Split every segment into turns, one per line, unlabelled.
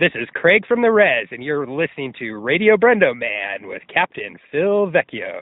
This is Craig from the Res, and you're listening to Radio Brendo Man with Captain Phil Vecchio.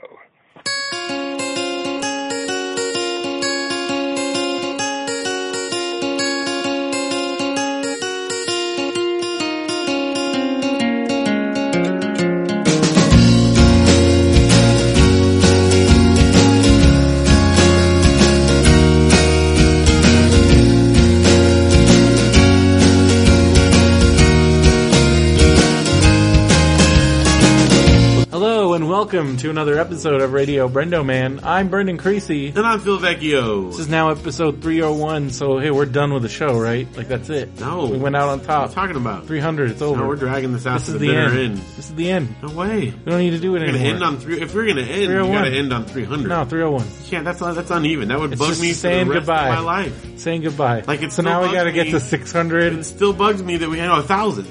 Hello and welcome to another episode of Radio Brendo Man. I'm Brendan Creasy.
And I'm Phil Vecchio.
This is now episode 301, so hey, we're done with the show, right? Like that's it.
No.
We went out on
What are you
top.
talking about?
300, it's over.
No, we're dragging this out
this
to
is
the,
the
bitter
end.
end.
This is the end.
No way.
We don't need to do it
We're gonna
anymore.
end on three. If we're gonna end, you
301.
gotta end on three hundred.
no, 301.
yeah, that's that's uneven. That would
It's
bug
just
me
saying
for the rest
goodbye.
of my life.
Saying goodbye.
Like, it
so now
still
we gotta
bugs
get
me.
to 600.
It still bugs me that we had a thousand.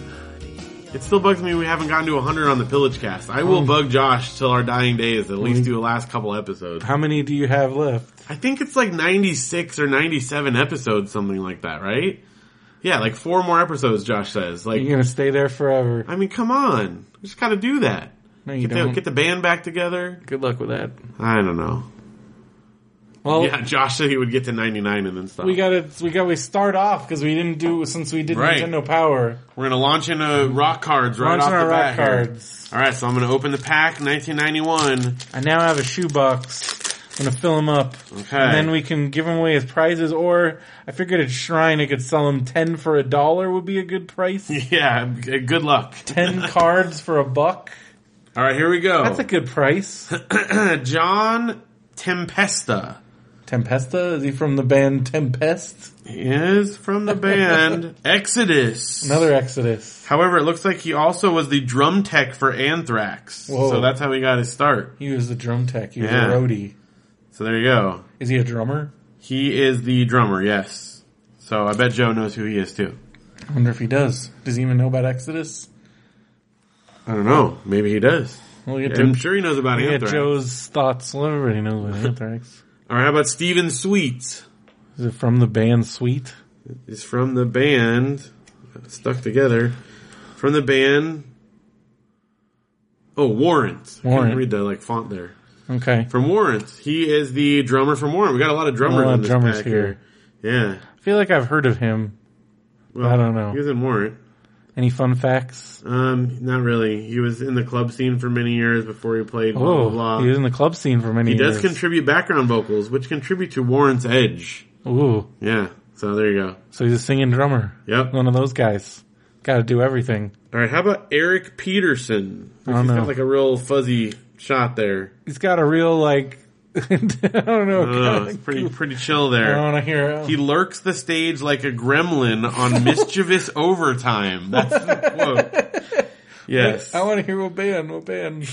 It still bugs me we haven't gotten to hundred on the Pillage Cast. I
Mm.
will bug Josh till our dying days. At least
Mm-hmm.
do the last couple episodes.
How many do you have left?
I think it's like ninety six or ninety seven episodes, something like that, right? Yeah, like four more episodes. Josh says. Like,
You're gonna stay there forever.
I mean, come on, we just gotta do that.
No, you
Get the,
don't.
get the band back together.
Good luck with that.
I don't know.
Well,
Yeah, Josh said he would get to 99 and then stop.
we gotta, we gotta we start off because we didn't do, since we did
Right.
Nintendo Power.
We're gonna launch into rock cards right
Launch
off
our
the
rock
bat. here.
cards.
All right, so I'm gonna open the pack 1991.
I now have a shoebox. I'm gonna fill them up.
Okay.
And then we can give them away as prizes, or I figured at Shrine I could sell them 10 for a dollar would be a good price.
Yeah, g- good luck.
10 cards for a buck.
All right, here we go.
That's a good price.
John Tempesta
Tempesta? Is he from the band Tempest?
He is from the band Exodus.
Another Exodus.
However, it looks like he also was the drum tech for Anthrax.
Whoa.
So that's how he got his start.
He was the drum tech. He was
Yeah.
a roadie.
So there you go.
Is he a drummer?
He is the drummer, yes. So I bet Joe knows who he is too.
I wonder if he does. Does he even know about Exodus?
I don't know. Maybe he does.
We'll get,
I'm
to,
sure he knows about
we'll get
Anthrax.
Joe's thoughts. Well, everybody knows about Anthrax.
All right, how about Steven Sweet?
Is it from the band Sweet?
He's from the band Stuck Together. From the band Oh, Warrant. I
Warrant.
couldn't read the like font there.
Okay.
From Warrant. He is the drummer from Warrant. We got a lot of drummers
A lot
in
of
this
drummers
pack
here.
Yeah.
I feel like I've heard of him.
Well,
I don't know.
He was in Warrant.
Any fun facts?
Um, not really. He was in the club scene for many years before he played blah blah
Oh,
blah.
he was in the club scene for many
he
years.
does contribute background vocals, which contribute to Warrant's edge.
Ooh,
Yeah. So there you go.
so he's a singing drummer.
Yep.
One of those guys. Got to do everything.
All right, how about Eric Peterson?
I don't
He's
know.
got like a real fuzzy shot there.
He's got a real like. I don't know.
Uh,
kinda
it's pretty
goop.
pretty chill
I don't
there.
want to hear.
He lurks the stage like a gremlin on mischievous overtime. That's the quote. Yes.
I want to hear what band? What band?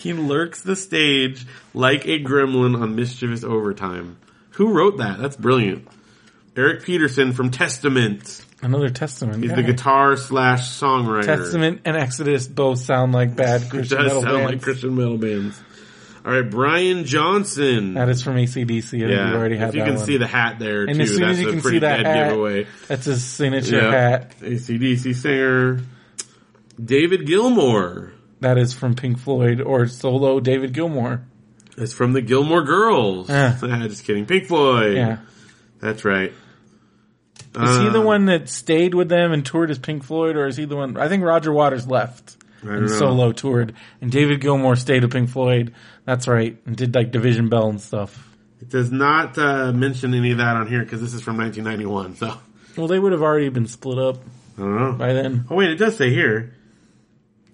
he lurks the stage like a gremlin on mischievous overtime. Who wrote that? That's brilliant. Eric Peterson from Testament.
Another Testament.
He's
guy.
the guitar slash songwriter.
Testament and Exodus both sound like bad
It
Christian
does
metal
sound
bands.
like Christian metal bands. All right, Brian Johnson.
that is from ACDC. I yeah,
Yeah,
you already had
if you
that
can
one.
see the hat there,
And
too,
as soon
that's
as you
a
can
pretty
see that
dead
hat-
giveaway.
That's his signature
Yeah.
hat.
ACDC singer David Gilmour
That is from Pink Floyd or solo David Gilmour.
is from the Gilmore Girls.
Yeah.
Ah, Just kidding, Pink Floyd.
Yeah.
That's right.
Is he the
Um,
one that stayed with them and toured as Pink Floyd, or is he the one? I think Roger Waters left
I don't
and
know.
solo toured, and David Gilmour stayed with Pink Floyd. That's right, and did like Division Bell and stuff.
It does not uh, mention any of that on here because this is from 1991. So I
Well, they would have already been split up
don't know.
by then.
Oh wait, it does say here.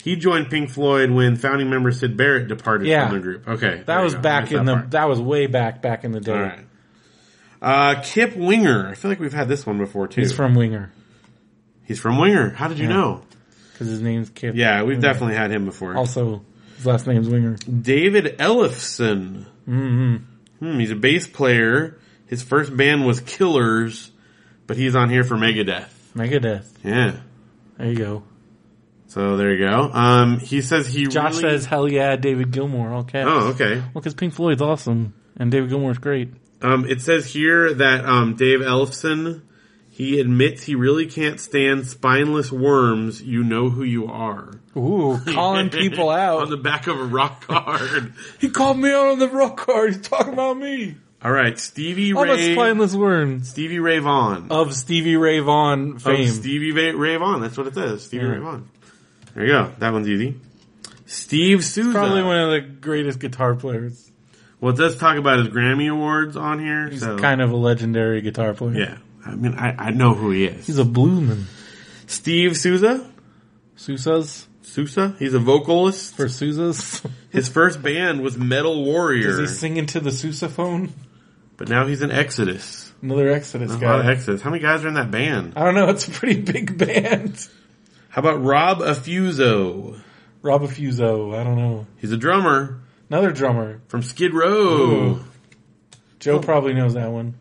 He joined Pink Floyd when founding member Sid Barrett departed
Yeah.
from the group. Okay, there
That
you
was
go. I
back
missed
in
that
the.
part.
That was way back back in the day.
All right. Uh, Kip Winger. I feel like we've had this one before too.
He's from Winger
He's from Winger. How did you know?
because his name's Kip.
Yeah, we've definitely had him before.
Also, his last name's Winger. Mm-hmm.
David Ellefson. Hmm, he's a bass player. His first band was Killers, but he's on here for Megadeth.
Megadeth.
Yeah.
There you go.
So there you go. Um, he says he
Josh
really-
says, "Hell yeah, David Gilmour." Okay.
Oh, okay.
Well, because Pink Floyd's awesome and David Gilmour's great.
Um, it says here that um, Dave Ellefson He admits he really can't stand spineless worms. You know who you are.
Ooh, calling people out.
on the back of a rock card.
he called me out on the rock card. He's talking about me.
All right, Stevie
I'm a
Ray.
spineless worm
Stevie Ray Vaughan.
of Stevie Ray Vaughan Oh, fame.
Of Stevie Va- Ray Vaughan. That's what it says. Stevie
Yeah.
Ray Vaughan. There you go. That one's easy. Steve Souza.
Probably one of the greatest guitar players.
well, it does talk about his Grammy awards on here.
He's
so
kind of a legendary guitar player.
yeah. I mean, I, I know who he is.
He's a bluesman.
Steve Souza.
Sousa's
Sousa. He's a vocalist.
for Sousa's.
His first band was Metal
Is
Warrior,
he singing to the sousaphone?
but now he's in Exodus.
Another Exodus
A lot of
guy.
Exodus. How many guys are in that band?
I don't know. It's a pretty big band.
How about Rob Affuso?
Rob Affuso. I don't know.
He's a drummer
Another drummer.
from Skid Row.
Ooh. Joe probably knows that one.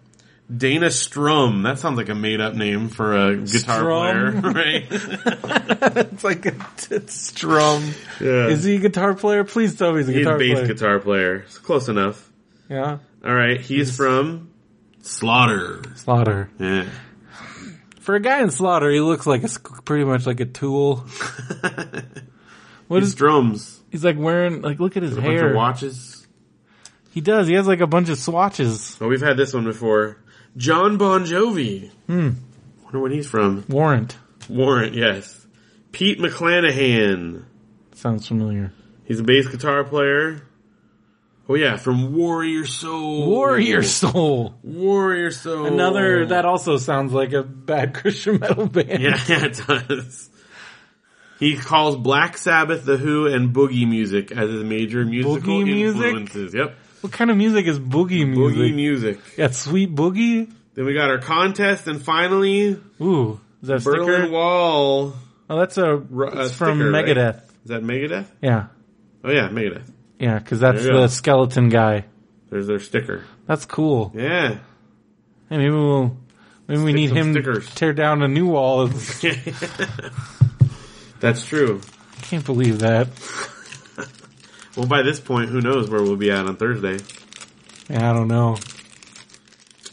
Dana Strum. That sounds like a made up name for a guitar
Strum.
player, right?
it's like a it's strum.
yeah.
Is he a guitar player? Please tell me he's a
He's a
guitar
bass
player.
guitar player. It's close enough.
Yeah.
All right, he's from Slaughter.
Slaughter.
Yeah.
For a guy in Slaughter, he looks like a, squ- pretty much like a tool. What
He
is?
strums
He's like wearing like look at his
a bunch of
hair.
watches.
He does. He has like a bunch of swatches.
Oh, we've had this one before. John Bon Jovi. Hmm. Wonder when he's from.
Warrant
Warrant, yes. Pete McClanahan.
sounds familiar.
He's a bass guitar player. Oh yeah, from Warrior Soul.
Warrior Soul.
Warrior Soul.
Another that also sounds like a bad Christian metal band.
Yeah, it does. He calls Black Sabbath, The Who, and boogie music as his major musical
Boogie music?
influences. Yep,
What kind of music is boogie music?
boogie music.
Got sweet boogie.
Then we got our contest, and finally
Ooh, is that a sticker?
Berlin Wall.
Oh, that's a.
a
it's from
sticker, right?
Megadeth.
Is that Megadeth?
Yeah,
Oh yeah, Megadeth.
yeah, because that's
There you go.
the skeleton guy.
There's their sticker.
That's cool.
Yeah,
Hey, maybe we'll. Maybe we
Stick
need
some
him
stickers.
to tear down a new wall. I
that's true.
can't believe that.
Well, by this point, who knows where we'll be at on Thursday?
Yeah, I don't know.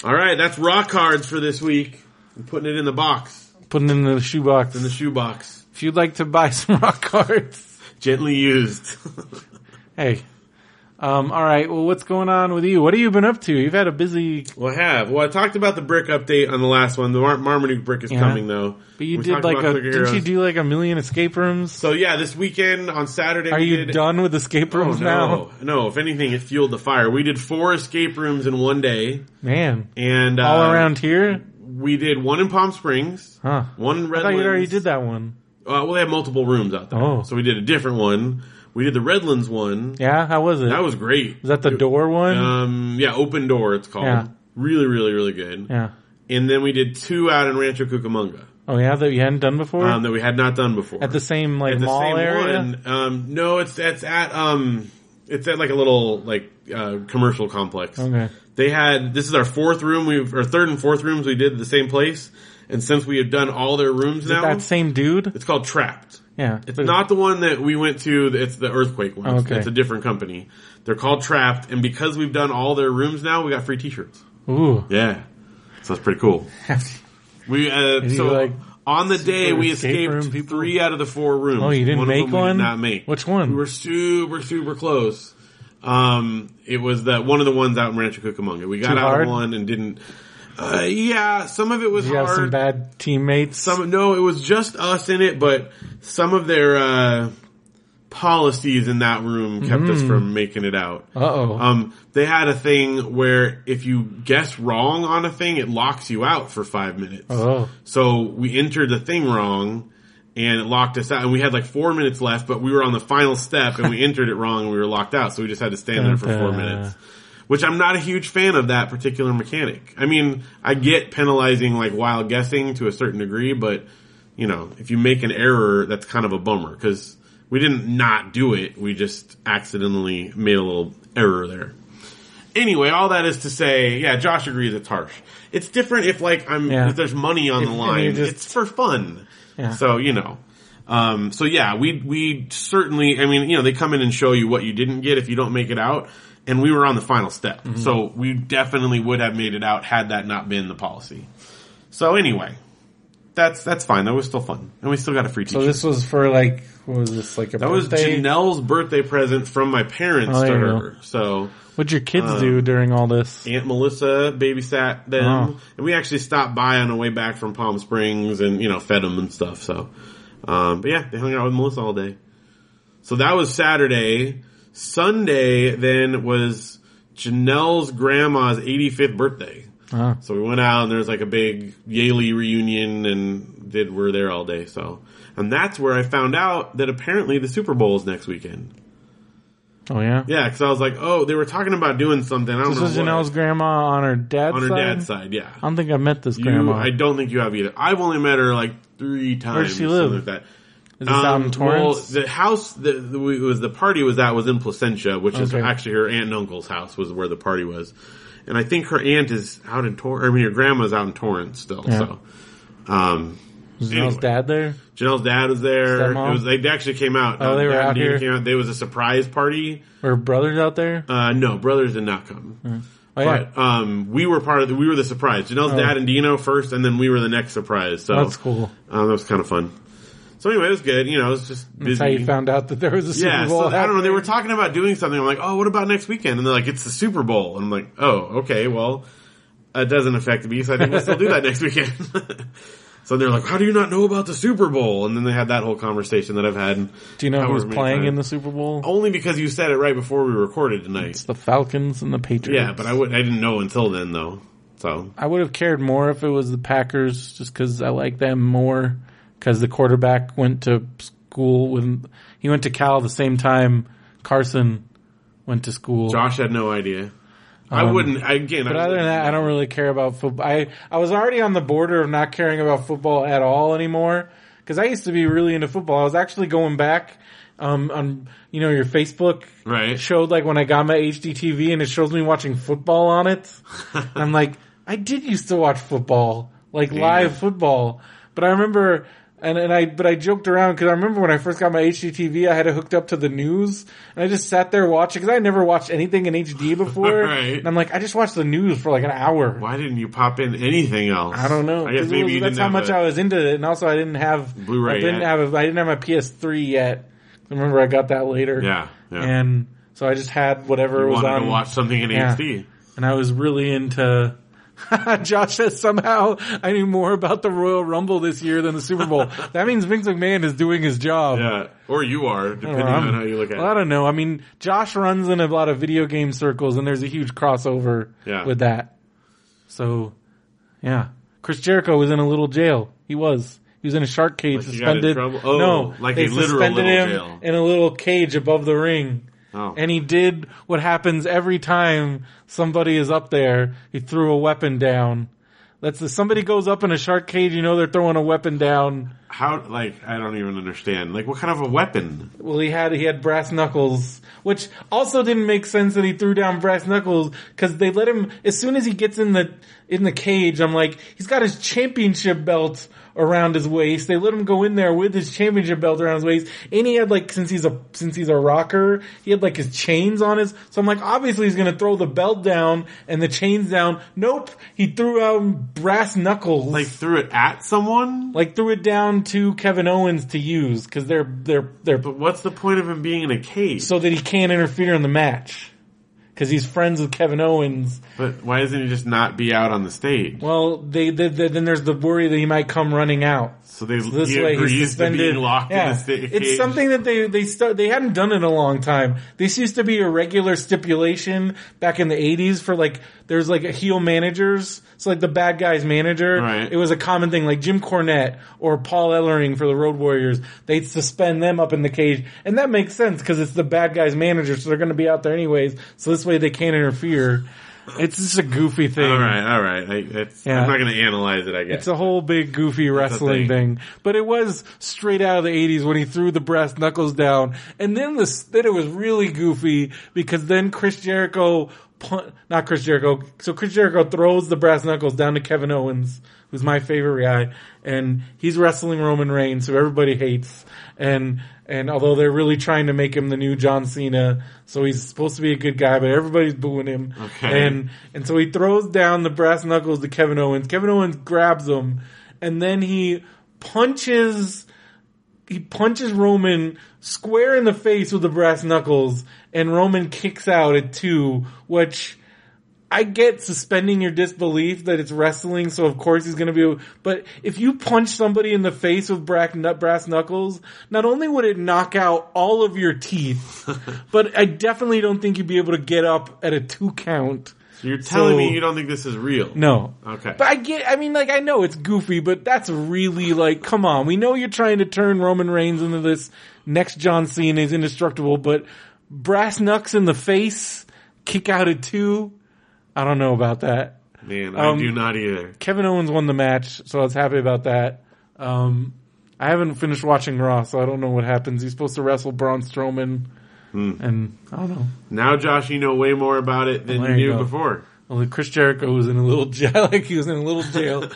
All right, that's rock cards for this week. I'm putting it in the box,
Putting it in the shoebox.
in the shoebox,
If you'd like to buy some rock cards,
gently used.
hey. Um, all right. Well, what's going on with you? What have you been up to? You've had a busy,
Well, I have. Well, I talked about the brick update on the last one. The Mar- Marmaduke brick is
Yeah.
coming though.
but you
We
did
talked
like
about
a,
Clicker
didn't you
Heroes.
do like a million escape rooms?
So yeah, this weekend on Saturday.
Are
we
you
did-
done with escape
Oh,
rooms now?
no, no. If anything, it fueled the fire. We did four escape rooms in one day,
Man,
and uh,
all around here?
we did one in Palm Springs,
Huh.
one in
I
Redlands.
thought you already did that one.
Uh, well, they have multiple rooms out there,
Oh.
so we did a different one. We did the Redlands one.
Yeah, how was it?
That was great.
Is that the door one?
Um, yeah, Open Door. It's called.
Yeah.
Really, really, really good.
yeah.
And then we did two out in Rancho Cucamonga.
Oh yeah, that you hadn't done before
um, that we had not done before
at the same like
At the
mall
same
area.
one. Um, no, it's that's at um, it's at like a little like uh, commercial complex.
Okay.
They had this is our fourth room we've or third and fourth rooms we did at the same place, and since we have done all their rooms now,
That same dude.
it's called Trapped.
Yeah.
It's not the one that we went to. It's the earthquake one. It's-
Okay.
It's a different company. They're called Trapped, and because we've done all their rooms now, we got free T-shirts.
Ooh.
Yeah, so that's pretty cool. We uh,
he,
so
like,
on the day we
escape room
escaped
people?
three out of the four rooms.
Oh, you didn't
one
make
of them
one?
We did not make
Which one?
We were super super close. Um, it was that one of the ones out in Rancho Cucamonga. We got
Too
out
hard?
of one and didn't. Uh, yeah, some of it was
Did you have some
hard.
bad teammates?
some no, it was just us in it, but some of their uh, policies in that room kept us
Hmm.
from making it out.
Uh oh.
Um, they had a thing where if you guess wrong on a thing, it locks you out for five minutes.
oh.
So we entered the thing wrong and it locked us out and we had like four minutes left, but we were on the final step and we entered it wrong and we were locked out. So we just had to stand there for four
Dun-dun.
minutes, which I'm not a huge fan of that particular mechanic. I mean, I get penalizing like wild guessing to a certain degree, but you know, if you make an error, that's kind of a bummer because we didn't not do it. We just accidentally made a little error there. Anyway, all that is to say, yeah, Josh agrees it's harsh. It's different if like I'm
Yeah.
if there's money on the
and
line.
you just-
it's for fun.
Yeah.
So you know. Um, so yeah, we we certainly. I mean, you know, they come in and show you what you didn't get if you don't make it out, and
Mm-hmm.
we were on the final step. So we definitely would have made it out had that not been the policy. So anyway, that's that's fine. That was still fun, and we still got a free
So
t-shirt.
this was for like what was this like a
that was
birthday?
Janelle's birthday present from my parents
Oh,
to
there you
her. So
What'd your kids
Um,
do during all this?
Aunt Melissa babysat them,
Oh.
and we actually stopped by on the way back from Palm Springs, and you know fed them and stuff. So, um, but yeah, they hung out with Melissa all day. So that was Saturday. Sunday then was Janelle's grandma's 85th birthday.
Oh.
So we went out and there was like a big Yaley reunion and did we're there all day. So and that's where I found out that apparently the Super Bowl is next weekend.
Oh yeah.
Yeah, because I was like, oh, they were talking about doing something. I don't
This
know
was
what.
Janelle's grandma on her dad's
on her
side.
dad's side. Yeah,
I don't think I met this
you,
grandma.
I don't think you have either. I've only met her like three times.
does she
something
live?
Like that. Um,
Is this out in Torrance?
Well, the house that the, we- was the party was at was in Placentia, which is
Okay.
actually her aunt and uncle's house was where the party was, and I think her aunt is out in Torrance. I mean, her grandma's out in Torrance still.
Yeah.
So, um,
was
anyway.
Janelle's dad there?
Janelle's dad was there. It
Stepmom?
was they actually came out.
Oh, they were
Dad and
out
Dean
here?
Came out. They was a surprise party.
Or her brothers out there?
Uh, no, brothers did not come.
Oh yeah.
But um, we were part of the, we were the surprise. Janelle's dad and Dino first, and then we were the next surprise. So
Oh. That's cool.
Um, that was kind of fun. So anyway, it was good. You know, it was just busy.
That's how you found out that there was a Super
yeah,
Bowl.
so I don't know. They
out
were talking about doing something. I'm like, oh, what about next weekend? And they're like, it's the Super Bowl. And I'm like, oh, okay, well, it doesn't affect me, so I think we'll still do that next weekend. so they're like, how do you not know about the Super Bowl? And then they had that whole conversation that I've had.
there. Do you know who
however
was
many
playing in the
times.
Super Bowl?
Only because you said it right before we recorded tonight.
It's the Falcons and the Patriots.
Yeah, but I would I didn't know until then though. So
I would have cared more if it was the Packers, just because I like them more. Because the quarterback went to school when he went to Cal the same time Carson went to school.
Josh had no idea. I wouldn't. I- Again,
Um, But other than that, I don't really care about football. I, I was already on the border of not caring about football at all anymore because I used to be really into football. I was actually going back um, on you know your Facebook
Right.
showed like when I got my HDTV and it shows me watching football on it. And I'm like, I did used to watch football, like live football. But I remember, and, and I, but I joked around because I remember when I first got my HDTV, I had it hooked up to the news and I just sat there watching because I never watched anything in HD before.
Right.
And I'm like, I just watched the news for like an hour.
Why didn't you pop in anything else?
I don't know.
I guess
'Cause it
maybe
was-
you
that's
didn't
how
have
much
a-
I was into it, and also I didn't have
Blu-ray
I didn't
yet.
have a, I didn't have my PS3 yet. Remember, I got that later.
Yeah, yeah.
And so I just had whatever was
wanted
on,
to watch something in
Yeah.
HD.
and I was really into. Josh says somehow I knew more about the Royal Rumble this year than the Super Bowl. that means Vince McMahon is doing his job.
Yeah, or you are, depending
Well,
on
I'm-
how you look at
well, I
it.
don't know. I mean, Josh runs in a lot of video game circles, and there's a huge crossover
Yeah.
with that. So, yeah, Chris Jericho was in a little jail. He was. He was in a shark cage,
Like he got in
suspended.
trouble? Oh,
no,
like
they
a literal
suspended
little
him
jail.
in a little cage above the ring.
Oh.
And he did what happens every time somebody is up there. He threw a weapon down. That's if somebody goes up in a shark cage, you know they're throwing a weapon down.
How? Like, I don't even understand. Like, what kind of a weapon?
Well, he had he had brass knuckles, which also didn't make sense that he threw down brass knuckles because they let him as soon as he gets in the in the cage. I'm like, he's got his championship belt around his waist. They let him go in there with his championship belt around his waist, and he had like since he's a since he's a rocker, he had like his chains on his. So I'm like, obviously he's gonna throw the belt down and the chains down. Nope, he threw out brass knuckles
Like, threw it at someone?
like threw it down to Kevin Owens to use because they're they're they're
But what's the point of him being in a cage?
so that he can't interfere in the match because he's friends with Kevin Owens.
but why doesn't he just not be out on the stage?
Well, they, they, they- then there's the worry that he might come running out.
So they
So this
he
way
agrees
he's suspended.
to being locked
yeah.
in a sta- cage.
It's something that they they stu- they hadn't done in a long time. This used to be a regular stipulation back in the 80s for like there's like a heel managers. So like the bad guy's manager,
Right.
it was a common thing like Jim Cornette or Paul Ellering for the Road Warriors. They'd suspend them up in the cage. And that makes sense cuz it's the bad guy's manager, so they're going to be out there anyways. So this way they can't interfere. It's just a goofy thing.
All right, all right. I, that's,
Yeah.
I'm not going to analyze it. I guess.
It's a whole big goofy wrestling thing.
thing.
but it was straight out of the '80s when he threw the brass knuckles down, and then the then it was really goofy because then Chris Jericho, pun- not Chris Jericho, so Chris Jericho throws the brass knuckles down to Kevin Owens who's my favorite guy, and he's wrestling Roman Reigns, who everybody hates, and and although they're really trying to make him the new John Cena, so he's supposed to be a good guy, but everybody's booing him,
Okay.
and and so he throws down the brass knuckles to Kevin Owens. Kevin Owens grabs him, and then he punches he punches Roman square in the face with the brass knuckles, and Roman kicks out at two, which I get suspending your disbelief that it's wrestling, so of course he's gonna be, but if you punch somebody in the face with brack, nut, brass knuckles, not only would it knock out all of your teeth, but I definitely don't think you'd be able to get up at a two count.
You're telling
So-
me you don't think this is real?
No.
Okay.
But I get, I mean, like, I know it's goofy, but that's really like, come on. We know you're trying to turn Roman Reigns into this next John Cena is indestructible, but brass knucks in the face, kick out at two. I don't know about that.
Man, I
Um,
do not either.
Kevin Owens won the match, so I was happy about that. Um, I haven't finished watching Raw, so I don't know what happens. He's supposed to wrestle Braun Strowman,
Hmm.
and I don't know.
Now, Josh, you know way more about it than
There
you
you
knew
go.
before.
Well, Chris Jericho was in a little jail. Like he was in a little jail.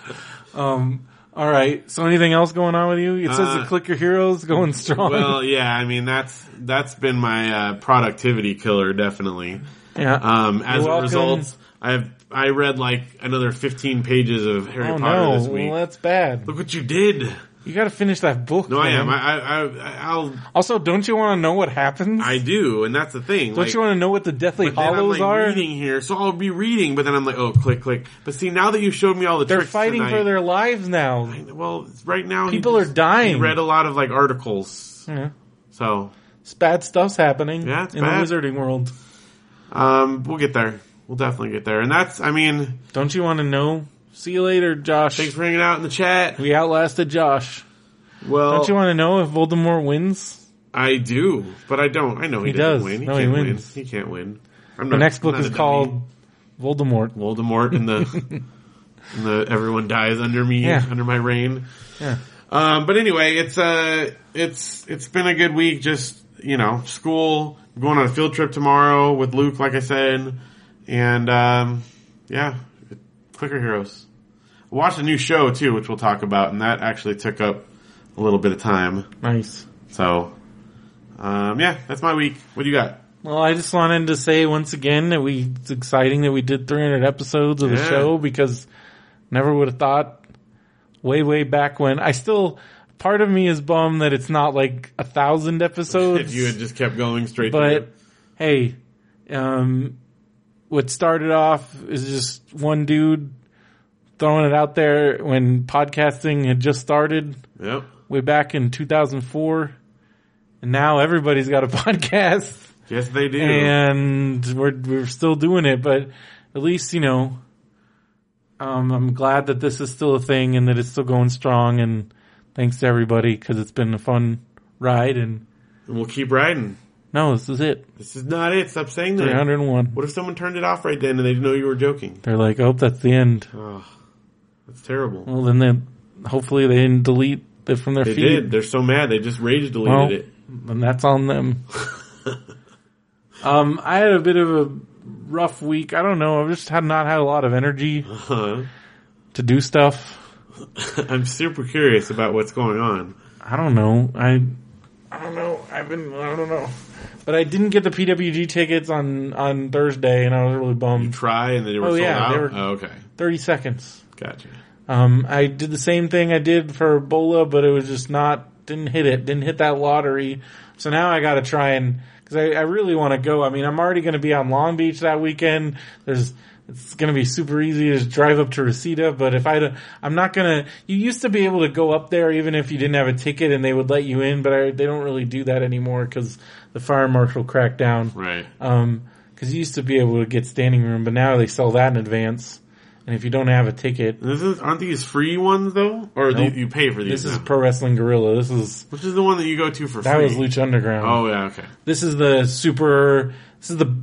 um, all right. So anything else going on with you? It says
Uh,
the Click Your Heroes going strong.
Well, yeah, I mean that's that's been my uh, productivity killer, definitely.
yeah.
Um,
You're
as a
welcome.
result, I've I read like another 15 pages of Harry
oh
Potter
no.
this week.
Well, that's bad.
Look what you did!
You got to finish that book.
No, I
man.
am. I, I, I I'll
also, don't you want to know what happens?
I do, and that's the thing.
don't
like,
you want to know what the Deathly
but then I'm
Hollows
like
are?
reading here, so I'll be reading, but then I'm like, oh, click, click. But see, now that you showed me all the
They're
tricks
fighting
tonight,
for their lives now.
Well, right now he
People are
just-
dying.
He read a lot of like articles,
Yeah.
so
It's bad stuff's happening
Yeah, it's
in
bad.
the wizarding world.
um, we'll get there. We'll definitely get there. And that's, I mean,
Don't you want to know? See you later, Josh.
thanks for hanging out in the chat.
We outlasted Josh.
Well,
Don't you want to know if Voldemort wins?
I do, but I don't. I know
He
he, doesn't
does.
Win. He
No, he
can't
wins.
Win. He can't win. I'm
The next
I'm
book is
a dummy.
called Voldemort.
Voldemort and the and the everyone dies under me
Yeah.
under my reign.
Yeah.
Um, but anyway, it's uh it's it's been a good week. Just you know, school. going on a field trip tomorrow with Luke, like I said, and um, yeah, clicker heroes. I watched a new show too, which we'll talk about, and that actually took up a little bit of time.
Nice.
So, um, yeah, that's my week. What do you got?
Well, I just wanted to say once again that we it's exciting that we did 300 episodes of the
Yeah.
show because never would have thought way way back when. I still part of me is bummed that it's not like a thousand episodes.
If you had just kept going straight,
but
to
hey, um, what started off is just one dude throwing it out there when podcasting had just started.
it. yep.
way back in 2004. And now everybody's got a podcast
Yes, they do.
and we're, we're still doing it, but at least, you know, um, I'm glad that this is still a thing and that it's still going strong. And thanks to everybody because it's been a fun ride. And
And we'll keep riding.
no, this is it.
This is not it. Stop saying that.
301.
What if someone turned it off right then and they didn't know you were joking?
They're like, oh, that's the end.
Oh, that's terrible.
Well, then they, hopefully they didn't delete it from their
They
feed.
did. They're so mad. They just rage deleted
Well,
it.
and that's on them. um, I had a bit of a rough week. I don't know. I've just had not had a lot of energy
Huh.
to do stuff.
Uh-huh. I'm super curious about what's going on.
I don't know. I I don't know. I've been I don't know. But I didn't get the PWG tickets on on Thursday, and I was really bummed.
Try and they were
Oh,
sold
yeah,
out.
they were-
oh, okay,
Thirty seconds.
gotcha.
Um, I did the same thing I did for Ebola, but it was just not didn't hit it, didn't hit that lottery. So now I got to try and because I, I really want to go. I mean, I'm already going to be on Long Beach that weekend. There's it's going to be super easy to just drive up to Reseda, but if I don't- I'm not going to. You used to be able to go up there even if you didn't have a ticket, and they would let you in, but I, they don't really do that anymore because the fire marshal cracked down.
Right.
Um 'cause because you used to be able to get standing room, but now they sell that in advance. And if you don't have a ticket,
And This is aren't these free ones though, or are
Nope.
these, you pay for these?
This is
now?
Pro Wrestling Gorilla. This is
Which is the one that you go to for
that
free?
was Lucha Underground.
Oh yeah, okay.
This is the super. This is the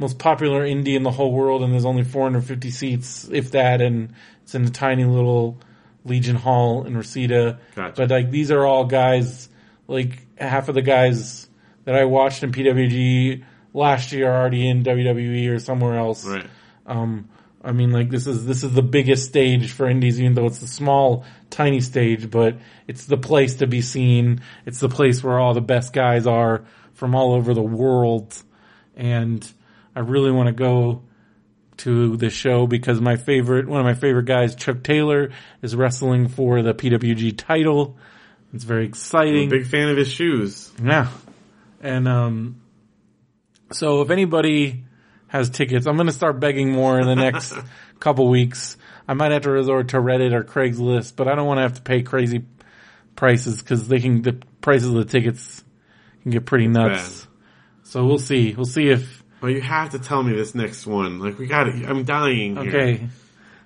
most popular indie in the whole world, and there's only 450 seats, if that, and it's in a tiny little Legion Hall in Reseda.
Gotcha.
But like these are all guys. Like half of the guys that I watched in PWG last year are already in WWE or E somewhere else.
Right.
Um, I mean, like this is this is the biggest stage for indies, even though it's a small, tiny stage. But it's the place to be seen. It's the place where all the best guys are from all over the world. And I really want to go to the show because my favorite, one of my favorite guys, Chuck Taylor, is wrestling for the PWG title. It's very exciting.
Big fan of his shoes.
Yeah. And um so if anybody has tickets, I'm going to start begging more in the next couple weeks. I might have to resort to Reddit or Craigslist, but I don't want to have to pay crazy prices cuz they can the prices of the tickets can get pretty nuts. So we'll see. We'll see if
Well, you have to tell me this next one. Like we got it. I'm dying. Here.
okay.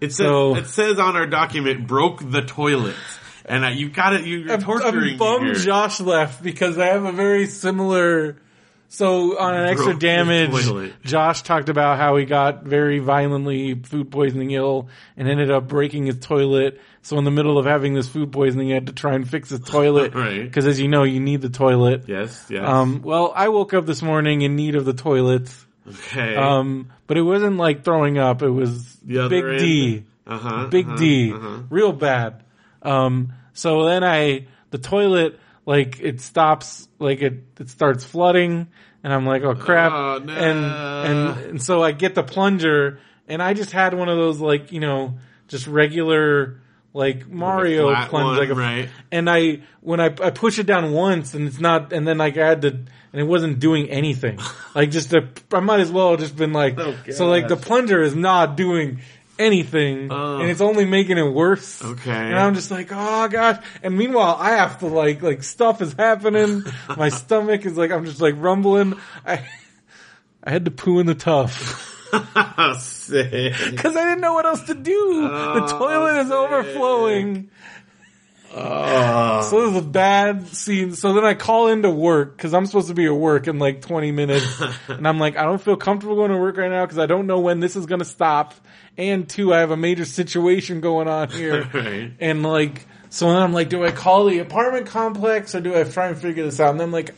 It says
so-
it says on our document broke the toilet, and I, you got it. You're torturing
I'm bummed
me here.
Josh left because I have a very similar. So on an extra
Broke the
damage,
toilet.
Josh talked about how he got very violently food poisoning ill and ended up breaking his toilet. So in the middle of having this food poisoning, he had to try and fix his toilet.
Right.
Because as you know, you need the toilet.
Yes. Yes.
Um, well, I woke up this morning in need of the toilet.
okay.
Um, but it wasn't like throwing up. It was
The other
big
end.
D.
Uh-huh,
Big
uh-huh,
D,
uh-huh.
real bad. Um, so then I, the toilet, like it stops, like it, it starts flooding and I'm like, oh crap.
Oh, no.
and, and, and so I get the plunger and I just had one of those like, you know, just regular, like Mario
flat
plunge,
one,
like a,
right.
and I, when I, I push it down once and it's not, and then like I had to, and it wasn't doing anything. Like just a, I might as well have just been like,
Oh,
so like the
gosh.
plunger is not doing anything
Oh.
and it's only making it worse.
Okay.
And I'm just like, oh gosh. And meanwhile, I have to like, like stuff is happening. My stomach is like, I'm just like rumbling. I, I had to poo in the tub
Sick.
because I didn't know what else to do. the
Oh,
toilet is
sick.
overflowing.
Oh.
So this is a bad scene. So then I call into work because I'm supposed to be at work in like 20 minutes, and I'm like, I don't feel comfortable going to work right now because I don't know when this is going to stop. And two, I have a major situation going on here,
Right.
and like, so then I'm like, do I call the apartment complex or do I try and figure this out? And I'm like,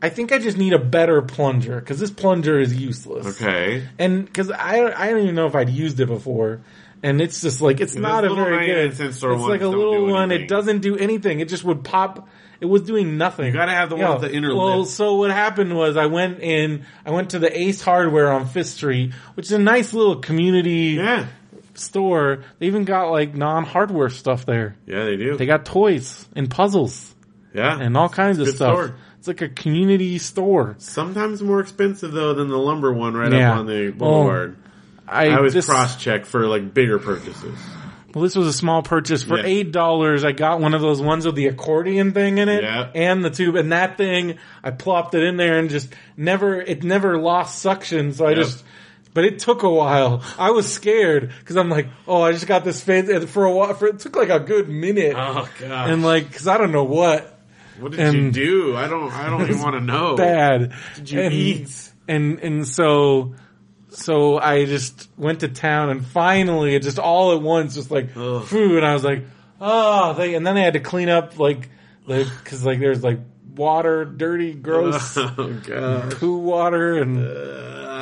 I think I just need a better plunger because this plunger is useless.
okay.
and because I I don't even know if I'd used it before. And it's just like it's not a
those little
very good.
nine-cent store
it's
ones
like a
don't
little
do
one. It
anything.
doesn't do anything. It just would pop. It was doing nothing. You
gotta have the one with the inner
Well,
lip.
so what happened was I went in. I went to the Ace Hardware on Fifth Street, which is a nice little community
Yeah.
store. They even got like non-hardware stuff there.
Yeah, they do.
They got toys and puzzles
yeah.
and all kinds of
Good
stuff.
store.
It's like a community store.
Sometimes more expensive though than the lumber one right
Yeah.
up on the
Oh.
boulevard.
I,
I always
just-
cross check for like bigger purchases.
Well, this was a small purchase for
Yeah.
eight dollars. I got one of those ones with the accordion thing in it,
Yeah.
and the tube, and that thing. I plopped it in there and just never. It never lost suction, so I
Yep.
just. But it took a while. I was scared because I'm like, oh, I just got this fan and for a while. For, it took like a good minute,
Uh. god.
and like, because I don't know what
what did you
and-
do? I don't I don't even want to know.
bad.
Did you
and,
eat?
And and so so I just went to town and finally it just all at once just like
Ugh.
food and I was like oh they, and then I had to clean up like like because like there's like water dirty gross
Oh god. Uh,
poo water and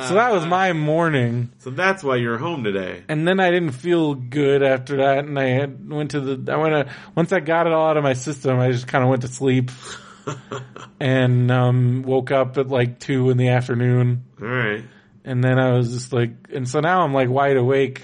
so that was my morning
So that's why you're home today.
and then I didn't feel good after that and I had went to the I went to, once I got it all out of my system I just kind of went to sleep and um woke up at like two in the afternoon.
All right.
And then I was just like, and so now I'm like wide awake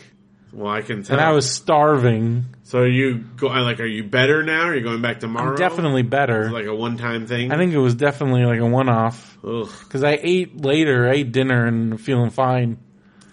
Well, I can tell.
and I was starving.
so are you go, like are you better now? Are you going back tomorrow?
Definitely better.
like a one time thing.
I think it was definitely like a one off
Ugh,
because I ate later, I ate dinner and feeling fine.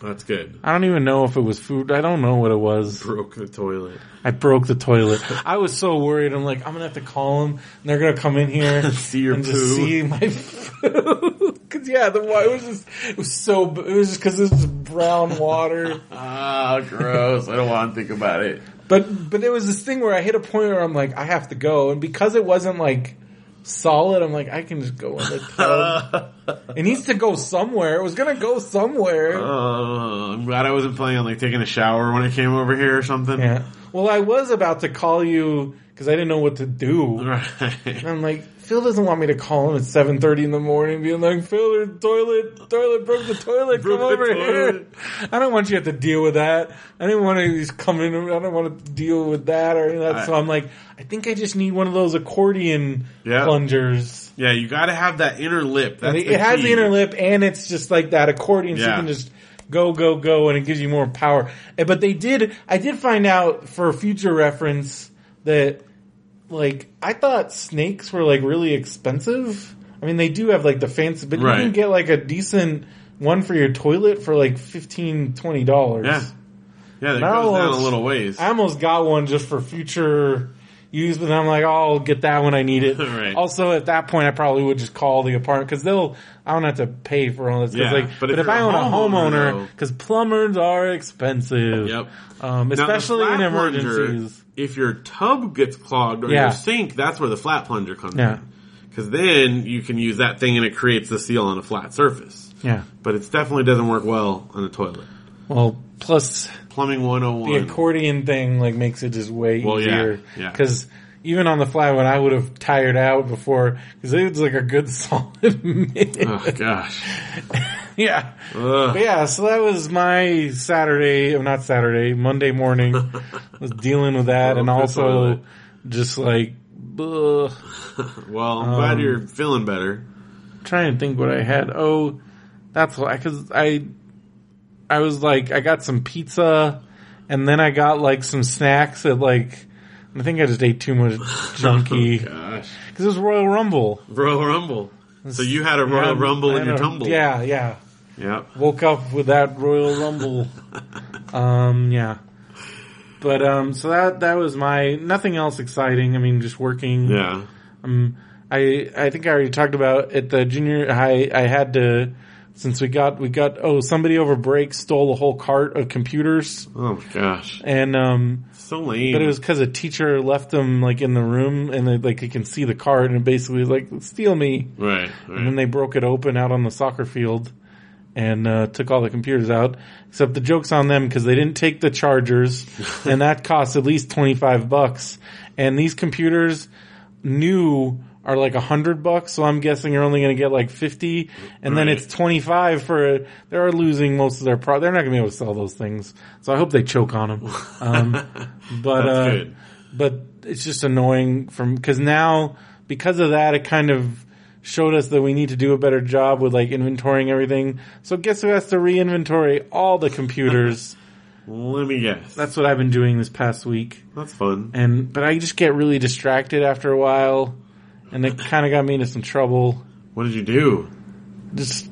that's good.
I don't even know if it was food. I don't know what it was.
Broke the toilet.
I broke the toilet. I was so worried. I'm like, I'm going to have to call them and they're going to come in here
See your
and
poo.
just see my food. Cause yeah, the water was just, it was so, it was just cause it was brown water.
Ah, gross. I don't want to think about it.
But but there was this thing where I hit a point where I'm like, I have to go, and because it wasn't like solid, I'm like, I can just go in the tub. it needs to go somewhere. It was gonna go somewhere.
Uh. Oh, I'm glad I wasn't playing on like taking a shower when I came over here or something.
yeah. Well, I was about to call you because I didn't know what to do.
Right.
And I'm like, Phil doesn't want me to call him at 7.30 in the morning being like, Phil, the toilet, toilet, broke the toilet,
Broke
come
the
over
toilet.
here. I don't want you to have to deal with that. I didn't want to just come in, I don't want to deal with that or any of that.
I-
so I'm like, I think I just need one of those accordion
Yeah.
plungers.
Yeah, you got to have that inner lip. That's
And it, it has the
key.
inner lip and it's just like that accordion so you
Yeah.
can just go, go, go and it gives you more power. Eh, But they did, I did find out for future reference that like I thought snakes were like really expensive. I mean, they do have like the fancy, but you can
Right.
get like a decent one for your toilet for like fifteen, twenty dollars.
Yeah. Yeah, that
Now
goes down a
it's-
little ways.
I almost got one just for future use, but then I'm like, oh, I'll get that when I need it.
Right.
Also, at that point, I probably would just call the apartment because they'll, I don't have to pay for all this. 'cause,
Yeah,
like, but,
but if
if,
you're
I
a
own a
homeowner,
homeowner,
though-
because plumbers are expensive.
Yep.
Um,
Now, the
especially in
flat plunger,
emergencies.
if your tub gets clogged or
Yeah.
your sink, that's where the flat plunger comes
Yeah.
in. Because then you can use that thing and it creates the seal on a flat surface.
Yeah.
But it definitely doesn't work well on a toilet.
Well, plus
Plumbing 101.
the accordion thing like makes it just way
Well, yeah,
easier.
yeah.
Because even on the fly, when I would have tired out before, because it was like a good solid minute.
oh, gosh.
yeah.
Ugh.
But yeah, so that was my Saturday, or not Saturday, Monday morning. was dealing with that and
Oh, good
also
toilet.
just like, ugh,
Well, I'm
Um.
glad you're feeling better.
trying to think what I had. Oh, that's why, cause I, I was like, I got some pizza and then I got like some snacks that like, I think I just ate too much junky.
Oh, gosh.
Cause it was Royal Rumble.
Royal Rumble. So you had a
I
Royal
had-
Rumble
I
in
had
your
a-
tumble.
Yeah, yeah.
Yep.
woke up with that Royal Rumble. um, yeah. But um, so that that was my nothing else exciting. I mean, just working.
Yeah.
Um, I I think I already talked about at the junior high. I had to since we got we got oh somebody over break stole a whole cart of computers
Oh, my gosh.
and um
So lame.
but it was because a teacher left them like in the room and they, like he can see the cart and basically was like steal me
Right, right.
and then they broke it open out on the soccer field and uh, took all the computers out. Except the joke's on them because they didn't take the chargers, and that cost at least twenty five bucks. And these computers new are like a hundred bucks, so I'm guessing you're only going to get like fifty, and then
Right.
it's twenty five for. They're losing most of their pro. They're not going to be able to sell those things, so I hope they choke on them. Um, but
That's
uh,
good.
but it's just annoying from because now because of that it kind of showed us that we need to do a better job with like inventorying everything so guess who has to re-inventory all the computers
Let me guess.
that's what i've been doing this past week
That's fun.
and but i just get really distracted after a while and it kind of got me into some trouble
What did you do?
just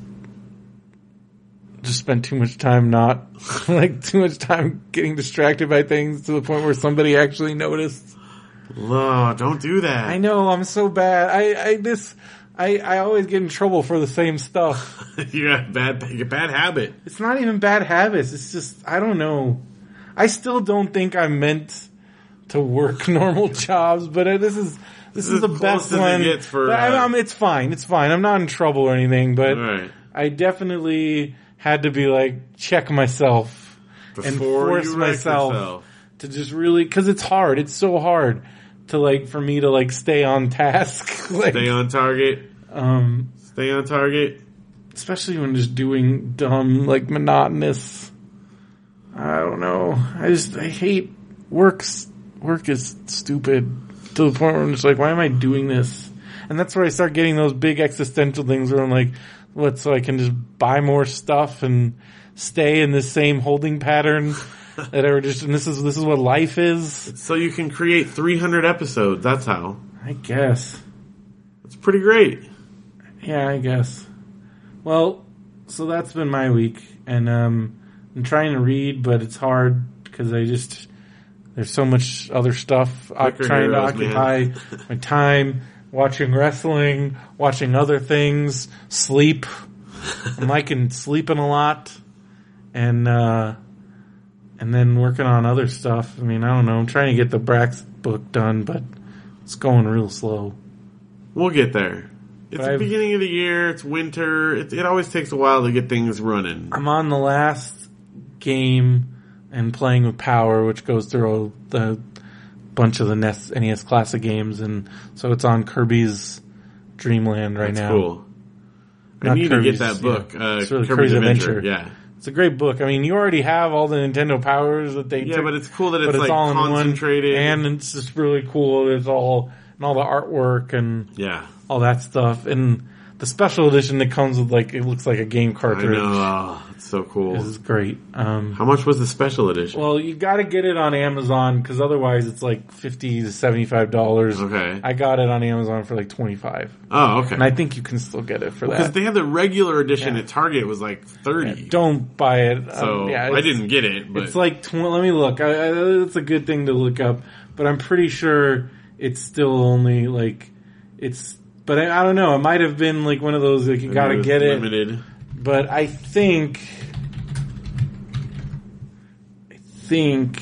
just spent too much time not like too much time getting distracted by things to the point where somebody actually noticed
No, don't do that.
I know I'm so bad. I, I this I, I always get in trouble for the same stuff.
you have bad you have bad habit.
It's not even bad habits. It's just I don't know. I still don't think I'm meant to work normal jobs, but uh, this is this, is,
is
the
close
best
as it
one.
gets for,
but I,
uh,
I'm, it's fine. It's fine. I'm not in trouble or anything. But
All right.
I definitely had to be like check myself and
Before
force
you wreck
myself
yourself.
to just really because it's hard. It's so hard to like for me to like stay on task. like,
Stay on target.
um,
Stay on target.
especially when just doing dumb, like monotonous. I don't know. I just I hate works. Work is stupid to the point where I'm just like, why am I doing this? And that's where I start getting those big existential things where I'm like, what? So I can just buy more stuff and stay in the same holding pattern that I were just. And this is this is what life is,
So you can create 300 episodes. That's how.
I guess.
It's pretty great.
Yeah, I guess. Well, so that's been my week, and um, I'm trying to read, but it's hard because I just there's so much other stuff I'm
Clicker
trying to
heroes,
occupy
man.
my time, watching wrestling, watching other things, sleep. I'm liking sleeping a lot, and uh, and then working on other stuff. I mean, I don't know. I'm trying to get the Brax book done, but it's going real slow.
We'll get there. It's the
I've-
beginning of the year. It's winter. It, it always takes a while to get things running.
I'm on the last game and playing with power, which goes through a, the bunch of the E NES, NES classic games, and so it's on Kirby's Dreamland right
That's
now.
cool. I
Not
need
Kirby's,
to get that
yeah.
book. Uh,
It's really
Kirby's,
Kirby's
Adventure.
Adventure.
Yeah.
It's a great book. I mean, you already have all the Nintendo powers that they
Yeah,
took,
but it's cool that it's,
but
like
all in one,
concentrated.
and it's just really cool. It's all and all the artwork and
yeah.
all that stuff, and the special edition that comes with like it looks like a game
I
cartridge.
know. Oh, it's so
This
cool.
is great. Um,
How much was the special edition?
well, you got to get it on Amazon because otherwise it's like fifty to seventy-five dollars.
okay.
I got it on Amazon for like twenty-five,
oh, okay.
and I think you can still get it for
Because
that.
they had the regular edition
Yeah.
at Target was like thirty.
Don't buy it. Um,
so
yeah,
I
it's-
didn't get it, but
It's like tw- let me look. I, I, it's a good thing to look up, but I'm pretty sure it's still only like it's. But I, I don't know. It might have been like one of those like you
Maybe
gotta
was
get it.
limited.
But I think, I think,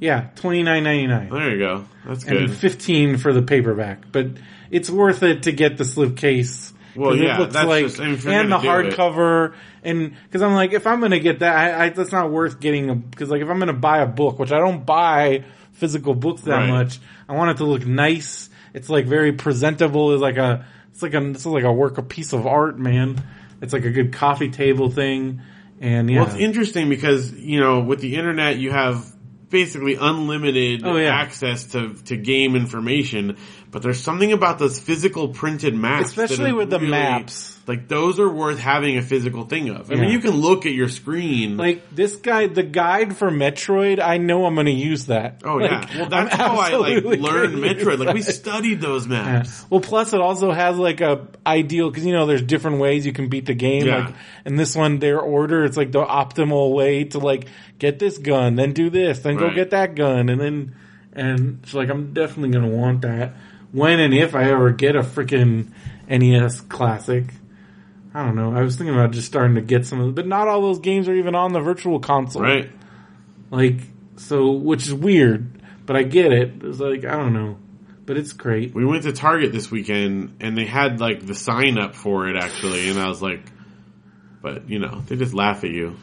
yeah, twenty nine ninety nine
There you go. That's
and
good.
fifteen for the paperback. But it's worth it to get the slipcase. 'cause
Well,
it
yeah,
looks
that's
like,
just- I mean, if you're
and the
gonna do it-
hardcover, and because I'm like, if I'm gonna get that, I, I, that's not worth getting. Because like, if I'm gonna buy a book, which I don't buy physical books that
Right.
much, I want it to look nice. It's like very presentable. It's like a, it's like a, this is like a work, a piece of art, man. It's like a good coffee table thing, and yeah,
Well, it's interesting because you know with the internet you have basically unlimited
Oh, yeah.
access to to game information, but there's something about those physical printed maps, that
Especially
are
with the maps.
Like those are worth having a physical thing of. I mean,
Yeah.
you can look at your screen.
Like this guy, the guide for Metroid, I know I'm going to use that.
Oh
Like,
yeah, well
I'm
that's how I like
absolutely
learned
gonna use
Metroid. Like we
that.
studied those
Yeah.
maps.
Well, plus it also has like a ideal because you know there's different ways you can beat the game.
Yeah.
Like in this one, their order it's like the optimal way to like get this gun, then do this, then go
Right.
get that gun, and then and it's like I'm definitely gonna want that when and if I ever get a freaking NES classic. I don't know. I was thinking about just starting to get some of, but not all those games are even on the virtual console,
Right.
Like so, which is weird, but I get it. It's like I don't know, but it's great.
We went to Target this weekend and they had like the sign up for it actually, and I was like, but you know, they just laugh at you.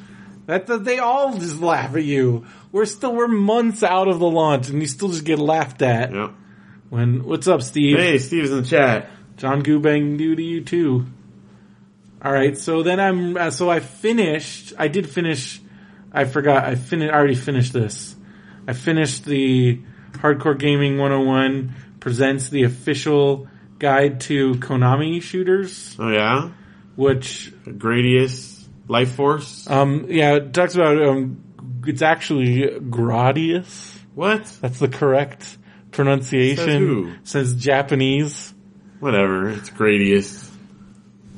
That, that they all just laugh at you. We're still we're months out of the launch, and you still just get laughed at.
Yep.
When what's up, Steve?
Hey, Steve's in the chat.
John Goobang new to you too. All right, so then I'm uh, so I finished. I did finish. I forgot. I finished. I already finished this. I finished the Hardcore Gaming 101 presents the official guide to Konami shooters,
Oh yeah,
which
Gradius, Life Force.
um yeah it talks about um it's actually Gradius.
What?
That's the correct pronunciation.
Says who?
Says Japanese.
Whatever. It's Gradius.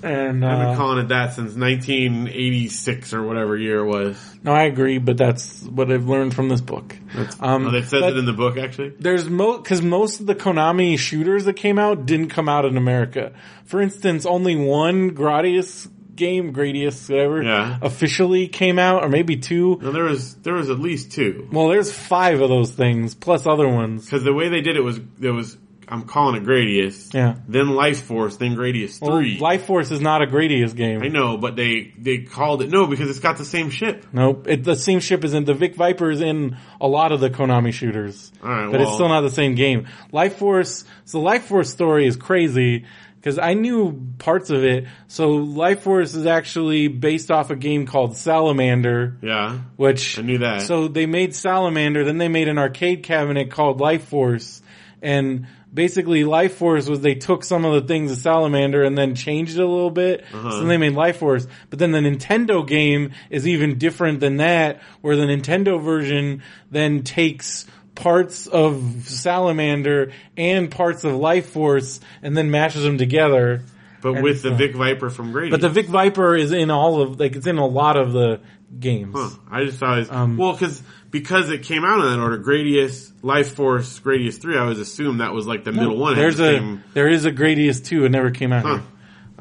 And
I've been
uh,
calling it that since 1986 or whatever year it was.
no, I agree, but that's what I've learned from this book. Um,
Oh, that says
but
it in the book actually.
there's mo because most of the Konami shooters that came out didn't come out in America. For instance, only one Gradius game, Gradius, whatever,
Yeah.
officially came out, or maybe two.
No, there was there was at least two
Well, there's five of those things plus other ones.
because the way they did it was there was I'm calling it Gradius.
Yeah.
Then Life Force, then Gradius
Well,
three.
Life Force is not a Gradius game.
I know, but they they called it no because it's got the same ship.
Nope. It, the same ship is in the Vic Viper is in a lot of the Konami shooters,
All right,
but
well-
it's still not the same game. Life Force. So Life Force story is crazy because I knew parts of it. So Life Force is actually based off a game called Salamander,
Yeah,
which
I knew that.
So they made Salamander, then they made an arcade cabinet called Life Force, and basically Life Force was they took some of the things of Salamander and then changed it a little bit. So then they made Life Force, but then the Nintendo game is even different than that, where the Nintendo version then takes parts of Salamander and parts of Life Force and then mashes them together.
but
and
with the
so-
Vic Viper from Gradius.
But the Vic Viper is in all of like it's in a lot of the games.
Huh. I just thought, it was,
Um,
well, because because it came out in that order, Gradius, Life Force, Gradius three. I always assumed that was like the middle one. had
There's
the
a
same-
there is a Gradius two. It never came out.
Huh.
here.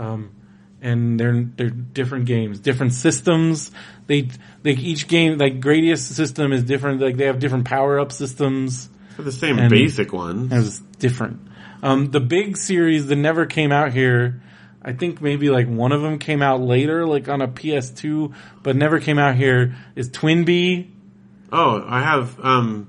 Um, and they're they're different games, different systems. They they each game like Gradius system is different. Like they have different power up systems.
they're the same
and-
basic ones.
It was different. Um, the big series that never came out here. I think maybe like one of them came out later, like on a PS2, but never came out here. Is Twin Bee?
Oh, I have. Um,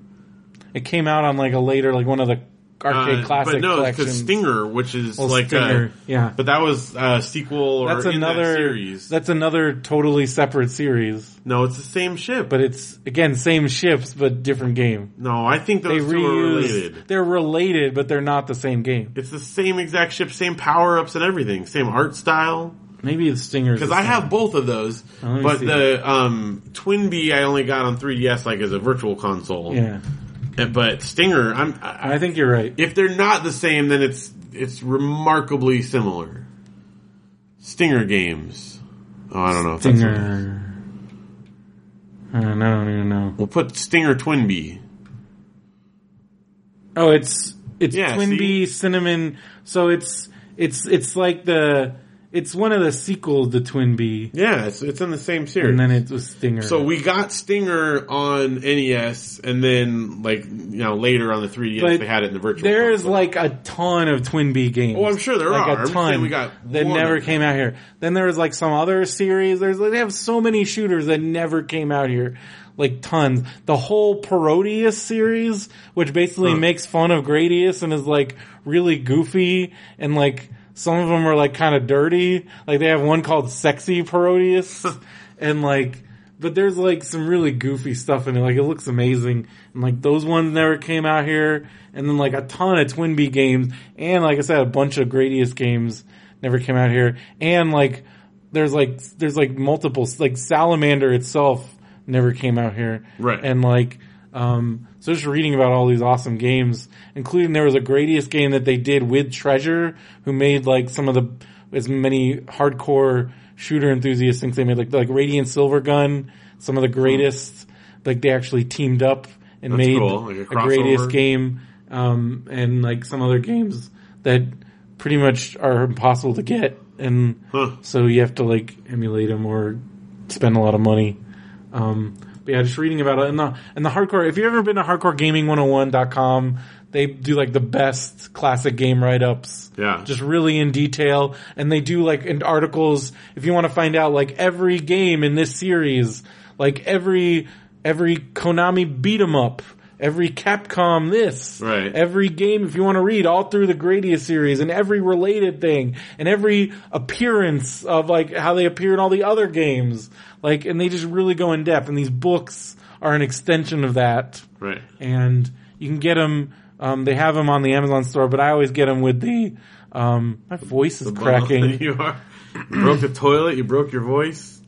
It came out on like a later, like one of the arcade
uh,
classic
but no, because
collections.
Stinger, which is
Well,
like
Stinger,
uh,
yeah.
but that was a sequel or
that's
in that
another
series.
That's another totally separate series,
no, it's the same ship.
but it's again same ships but different game.
no, I think
They
those two are related.
reuse. They're related, but they're not the same game.
It's the same exact ship, same power ups and everything, same art style.
Maybe the Stingers.
Because I have both of those,
Oh, let me
but
see.
the um, Twin B I only got on 3DS like as a virtual console.
Yeah,
And- But Stinger, I'm I,
I think you're right.
if they're not the same, then it's it's remarkably similar. Stinger games. Oh, I don't know. If that's-
Stinger. I don't, know, I don't even know.
we'll put Stinger Twin B.
Oh, it's it's
Yeah,
Twin
see?
Bee cinnamon. So it's it's it's like the it's one of the sequels to Twin Bee,
Yeah, it's it's in the same series.
and then it was Stinger.
So we got Stinger on NES, and then like you know later on the 3DS
But
they had it in the virtual.
there is
console.
like a ton of Twin Bee games.
Oh, I'm sure there
like
are. I'm
a
just
ton
saying we got
that
one.
never came out here. Then there was like some other series. There's like, they have so many shooters that never came out here, like tons. The whole Parodius series, which basically
Huh.
makes fun of Gradius and is like really goofy and like some of them are like kind of dirty. Like they have one called Sexy Parodius and like. But there's like some really goofy stuff in it. Like it looks amazing. And like those ones never came out here. And then like a ton of Twin Bee games. And like I said, a bunch of Gradius games never came out here. And like there's like there's like multiple like Salamander itself never came out here.
Right.
And like um so just reading about all these awesome games, including there was a Gradius game that they did with Treasure, who made like some of the as many hardcore shooter enthusiasts think they made like like Radiant Silver Gun, some of the greatest like they actually teamed up and
That's
made
cool, like a
a Gradius
crossover.
game game um, and like some other games that pretty much are impossible to get, and
Huh.
so you have to like emulate them or spend a lot of money. Um, but yeah, just reading about it and the and the hardcore. oh If you've ever been to hardcoregaming101.com, they do like the best classic game write ups
Yeah.
just really in detail and they do like in articles if you want to find out like every game in this series like every every konami beat 'em up every capcom this
Right.
every game if you want to read all through the gradius series and every related thing and every appearance of like how they appear in all the other games like and they just really go in depth and these books are an extension of that
right.
and you can get them. Um, they have them on the Amazon store, but I always get them with the. Um, my voice is cracking,
you are. You broke the toilet. You broke your voice.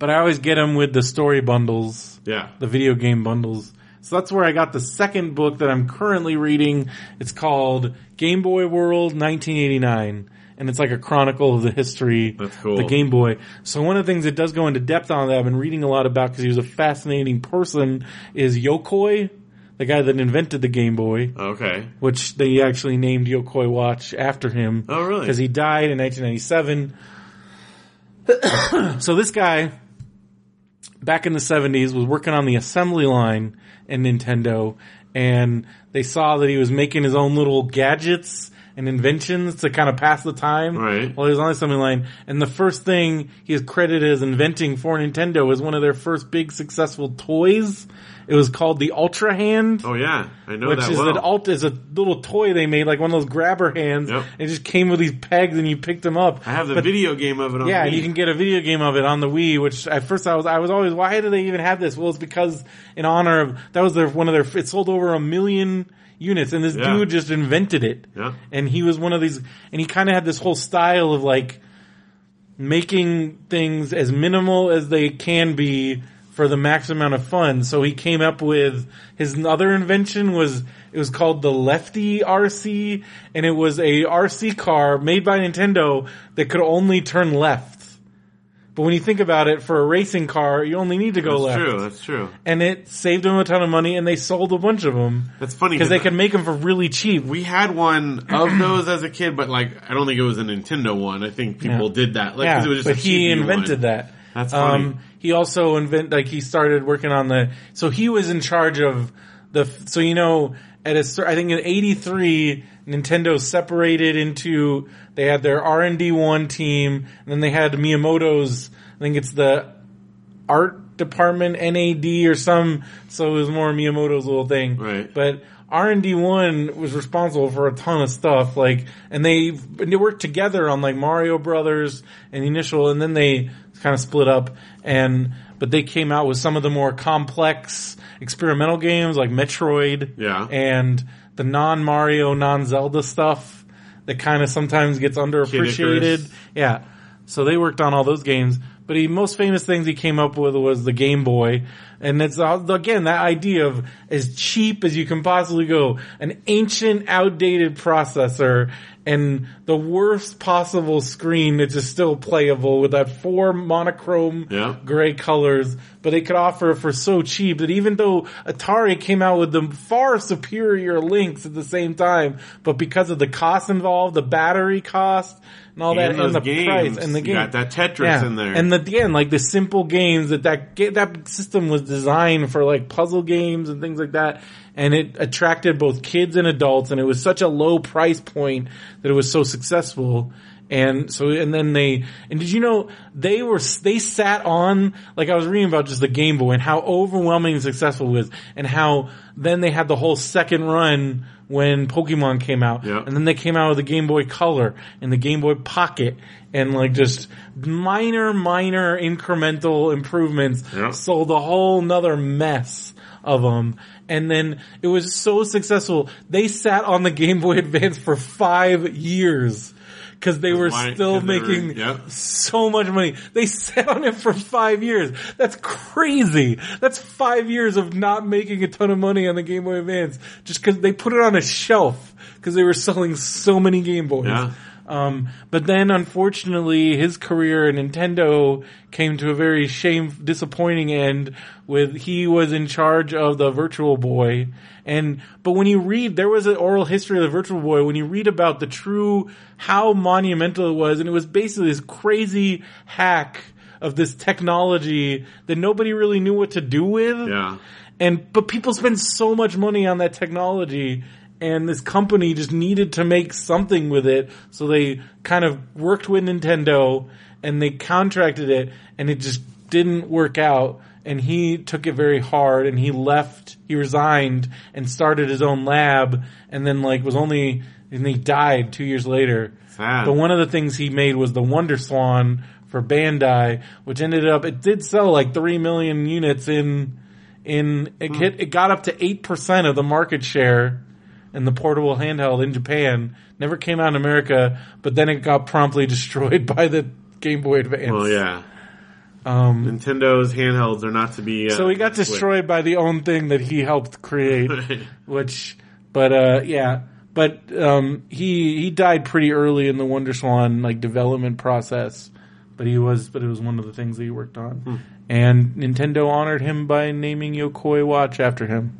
but I always get them with the story bundles,
Yeah.
the video game bundles. So that's where I got the second book that I'm currently reading. It's called Game Boy World 1989, and it's like a chronicle of the history
That's cool.
the Game Boy. So one of the things that does go into depth on that I've been reading a lot about because he was a fascinating person is Yokoi, the guy that invented the Game Boy.
Okay.
which they actually named Yokoi Watch after him.
Oh, really?
Because he died in 1997. so this guy, back in the 70s, was working on the assembly line in Nintendo, and they saw that he was making his own little gadgets and inventions to kind of pass the time
Right.
while he was on the assembly line. And the first thing he is credited as inventing for Nintendo was one of their first big successful toys. It was called the Ultra Hand
Oh yeah, I know
which
that
is
well.
an alt is a little toy they made, like one of those grabber hands.
Yep.
It just came with these pegs, and you picked them up.
I have the video game of it. on
Yeah,
the
and you
Wii.
can get a video game of it on the Wii. Which at first I was, I was always, why do they even have this? Well, it's because in honor of that was their one of their. It sold over a million units, and this
Yeah.
dude just invented it.
Yeah.
and he was one of these, and he kind of had this whole style of like making things as minimal as they can be for the max amount of fun. So he came up with his other invention was it was called the Lefty RC and it was a RC car made by Nintendo that could only turn left. But when you think about it, for a racing car, you only need to go
That's
left.
true. That's true.
And it saved them a ton of money and they sold a bunch of them
That's funny
because they could make them for really cheap.
We had one of those as a kid, but like I don't think it was a Nintendo one. I think people
Yeah.
did that. Like,
yeah,
'cause it was just
but
a
he
cheapy
invented
one.
that. Um,
That's funny.
he also invent like he started working on the. So he was in charge of the. So you know, at a cer- I think in '83, Nintendo separated into. They had their R and D one team, and then they had Miyamoto's. I think it's the art department NAD or some. So it was more Miyamoto's little thing.
Right.
But R and D one was responsible for a ton of stuff. Like, and they and they worked together on like Mario Brothers and the initial, and then they kind of split up. And but they came out with some of the more complex experimental games like Metroid.
Yeah.
And the non Mario, non Zelda stuff that kind of sometimes gets underappreciated.
Icarus.
Yeah. So they worked on all those games. But he most famous things he came up with was the Game Boy. And it's all- again that idea of as cheap as you can possibly go, an ancient outdated processor and the worst possible screen that's just still playable with that four monochrome
Yeah.
gray colors, but they could offer it for so cheap that even though Atari came out with the far superior links at the same time, but because of the cost involved, the battery cost and all that,
And those
and the
games.
price and the
You
game,
got that Tetris in there.
and the again like the simple games that that ga- that system was designed for like puzzle games and things like that. And it attracted both kids and adults, and it was such a low price point that it was so successful. And so, and then they, and did you know they were, they sat on, like I was reading about just the Game Boy and how overwhelmingly successful it was and how then they had the whole second run when Pokemon came out.
Yeah.
And then they came out with the Game Boy Color and the Game Boy Pocket and like just minor, minor incremental improvements
Yeah.
sold a whole nother mess of them. And then it was so successful. They sat on the Game Boy Advance for five years because they were
Why-
still
'cause they were-
making
yeah.
so much money. They sat on it for five years. That's crazy. That's five years of not making a ton of money on the Game Boy Advance just because they put it on a shelf because they were selling so many Game Boys.
Yeah.
Um, but then unfortunately his career at Nintendo came to a very shame, disappointing end with he was in charge of the Virtual Boy. And, but when you read, there was an oral history of the Virtual Boy, when you read about the true, how monumental it was, and it was basically this crazy hack of this technology that nobody really knew what to do with.
Yeah.
And but people spend so much money on that technology and this company just needed to make something with it. So they kind of worked with Nintendo and they contracted it and it just didn't work out and he took it very hard and he left, he resigned and started his own lab and then like was only and he died 2 years later.
Sad.
But one of the things he made was the Wonder Swan for Bandai, which ended up it did sell like 3 million units in in it
Hmm.
hit, it got up to 8% of the market share in the portable handheld in Japan. Never came out in America, but then it got promptly destroyed by the Game Boy Advance.
Well, yeah.
Um,
Nintendo's handhelds are not to be. Uh,
so he got
messed with.
destroyed by the own thing that he helped create. which but uh yeah but um he he died pretty early in the wonder swan like development process but he was but it was one of the things that he worked on and nintendo honored him by naming yokoi watch after him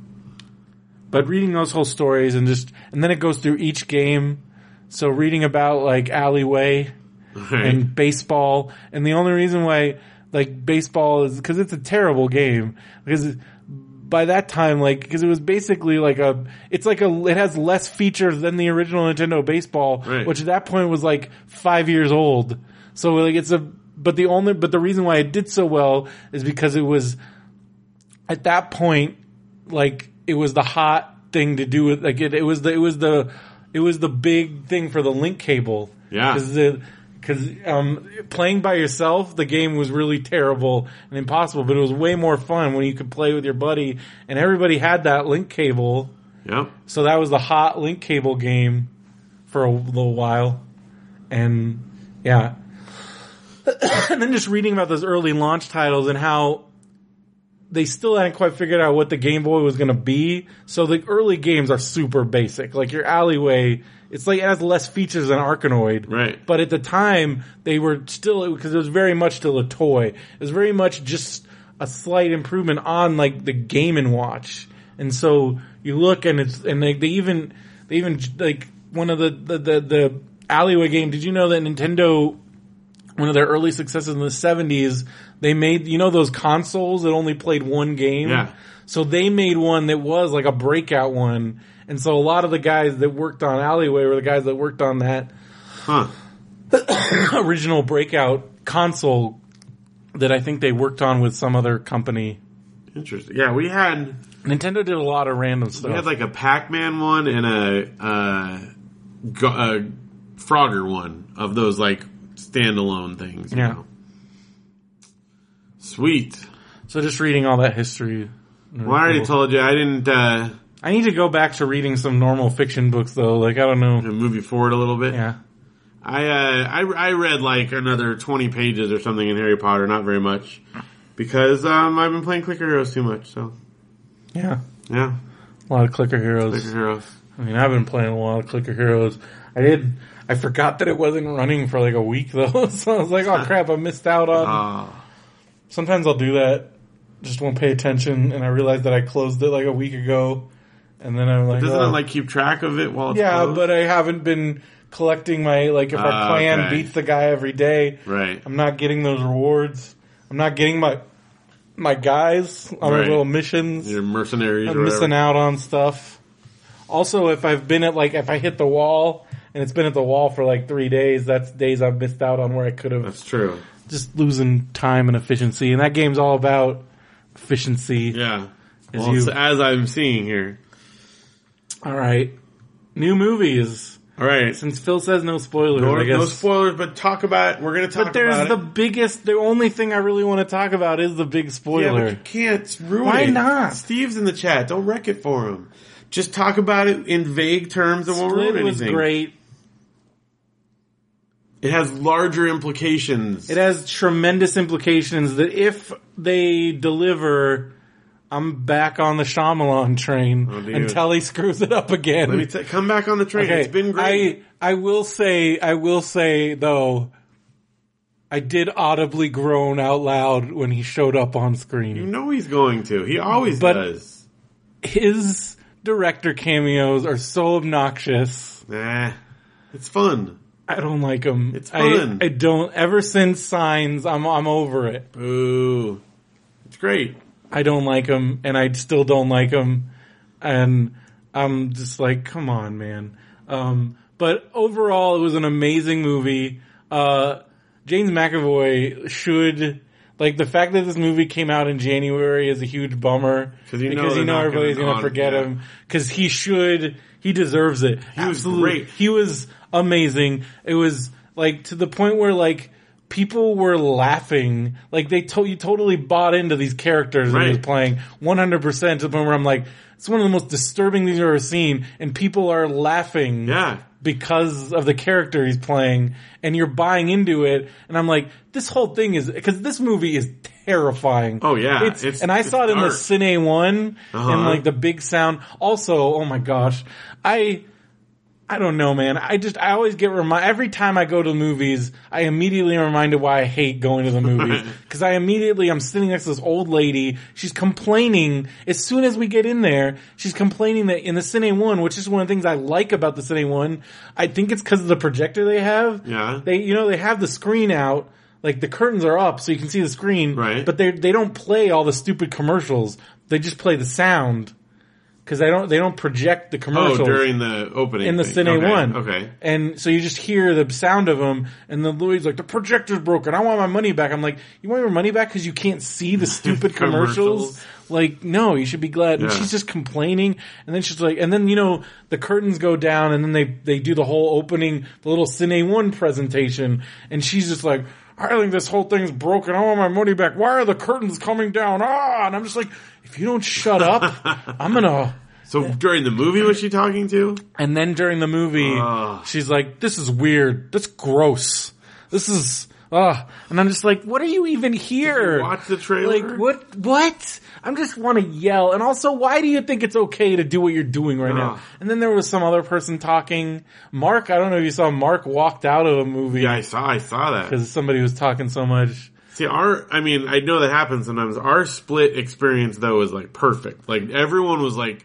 but reading those whole stories and just and then it goes through each game so reading about like alleyway
Right.
and baseball. And the only reason why like baseball is because it's a terrible game because by that time like because it was basically like a it's like a it has less features than the original Nintendo baseball
Right.
which at that point was like 5 years old so like it's a but the only but the reason why it did so well is because it was at that point like it was the hot thing to do with like it, it was the it was the it was the big thing for the link cable
Yeah.
because the because um, playing by yourself the game was really terrible and impossible but it was way more fun when you could play with your buddy and everybody had that link cable
Yep.
so that was the hot link cable game for a little while and yeah and then just reading about those early launch titles and how they still hadn't quite figured out what the Game Boy was going to be. So the early games are super basic. Like your alleyway, it's like it has less features than Arkanoid.
Right.
But at the time, they were still because it was very much still a toy. It was very much just a slight improvement on like the Game and Watch. And so you look and it's and they, they even they even like one of the the the, the alleyway game. Did you know that Nintendo one of their early successes in the 70s, they made, you know, those consoles that only played one game?
Yeah.
So they made one that was like a breakout one. And so a lot of the guys that worked on Alleyway were the guys that worked on that
Huh.
original breakout console that I think they worked on with some other company.
Interesting. Yeah, we had
Nintendo did a lot of random stuff.
we had like a Pac-Man one and a uh, go- uh, Frogger one of those like standalone things. you
Yeah.
know. Sweet.
so just reading all that history.
Well, I already told you I didn't uh,
I need to go back to reading some normal fiction books though. Like I don't know.
move you forward a little bit.
Yeah.
I, uh, I I read like another twenty pages or something in Harry Potter, not very much, because um, I've been playing Clicker Heroes too much. So
Yeah.
yeah,
A lot of clicker heroes.
Clicker Heroes.
I mean, I've been playing a lot of clicker heroes. I did. I forgot that it wasn't running for like a week though, so I was like, "Oh crap, I missed out on."
Ah,
Sometimes I'll do that. Just won't pay attention, and I realized that I closed it like a week ago, and then I'm like,
doesn't
"Oh."
it like keep track of it while it's
yeah,
closed?
but I haven't been collecting my like if our
Ah,
clan
okay.
beats the guy every day,
right.
I'm not getting those rewards. I'm not getting my my guys on their
Right.
little missions.
Your mercenaries.
I'm
or whatever.
missing out on stuff. Also, if I've been at like if I hit the wall and it's been at the wall for like three days, that's days I've missed out on where I could have
That's true.
just losing time and efficiency. And that game's all about efficiency.
Yeah.
Is
Well,
you-
it's as I'm seeing here.
All right, new movies.
All right.
Since Phil says no spoilers,
No,
I guess.
no spoilers, but talk about. We're gonna talk
but there's
about
the
it.
biggest. The only thing I really want to talk about is the big
Yeah,
spoiler.
but you can't ruin
Why
it.
not?
Steve's in the chat. Don't wreck it for him. Just talk about it in vague terms and won't ruin
Split
anything.
was great.
It has larger implications.
It has tremendous implications that if they deliver, I'm back on the Shyamalan train
Oh, dude.
until he screws it up again.
Let me t- come back on the train.
Okay,
It's been great.
I, I will say, I will say though, I did audibly groan out loud when he showed up on
you
screen.
know he's going to. He always
But-
does.
His director cameos are so obnoxious.
Nah, it's fun.
I don't like them.
It's fun.
I, I don't. Ever since Signs, I'm I'm over it.
Boo. It's great.
I don't like him, and I still don't like him, and I'm just like, come on, man. Um, but overall, it was an amazing movie. Uh, James McAvoy should like the fact that this movie came out in January is a huge bummer
'Cause you know
because
they're
you know
not gonna
everybody's gonna
honor-
forget
yeah.
him because he should he deserves it.
He was great.
He was amazing. It was like to the point where like people were laughing. Like they to- you totally bought into these characters that he was
Right.
playing 100% to the point where I'm like, it's one of the most disturbing things I've ever seen and people are laughing
Yeah.
because of the character he's playing and you're buying into it and I'm like this whole thing is cuz this movie is terrifying.
Oh, yeah.
It's,
It's-
and I
it's
saw it in the
dark.
Cine one
Uh-huh.
and like the big sound. Also, oh my gosh, I I don't know, man. I just I always get remind every time I go to the movies, I immediately am reminded why I hate going to the movies because I immediately I'm sitting next to this old lady. She's complaining as soon as we get in there. She's complaining that in the Cine One, which is one of the things I like about the Cine One, I think it's because of the projector they have.
Yeah.
they you know they have the screen out. Like the curtains are up so you can see the screen,
Right.
But they they don't play all the stupid commercials. They just play the sound because they don't they don't project the
Oh,
commercials
during the opening.
in the
thing.
Cine
okay.
One.
Okay.
And so you just hear the sound of them, and then Louis like, "The projector's broken. I want my money back." I'm like, "You want your money back because you can't see the stupid commercials?
Commercials.
Like, no, you should be glad." And
Yeah.
she's just complaining, and then she's like, and then you know the curtains go down, and then they they do the whole opening, the little Cine One presentation, and she's just like. I think this whole thing's broken. I want my money back. Why are the curtains coming down? Ah! And I'm just like, if you don't shut up, I'm gonna
So during the movie, was she talking to?
and then during the movie,
Ugh.
she's like, "This is weird. That's gross. This is." Ugh. And I'm just like, what are you even here?
watch the trailer?
Like, what? What? I'm just want to yell. And also, why do you think it's okay to do what you're doing right
Ugh.
now? And then there was some other person talking. Mark, I don't know if you saw Mark walked out of a movie
Yeah, I saw. I saw that.
because somebody was talking so much.
See, our, I mean, I know that happens sometimes. Our split experience though was like perfect. Like everyone was like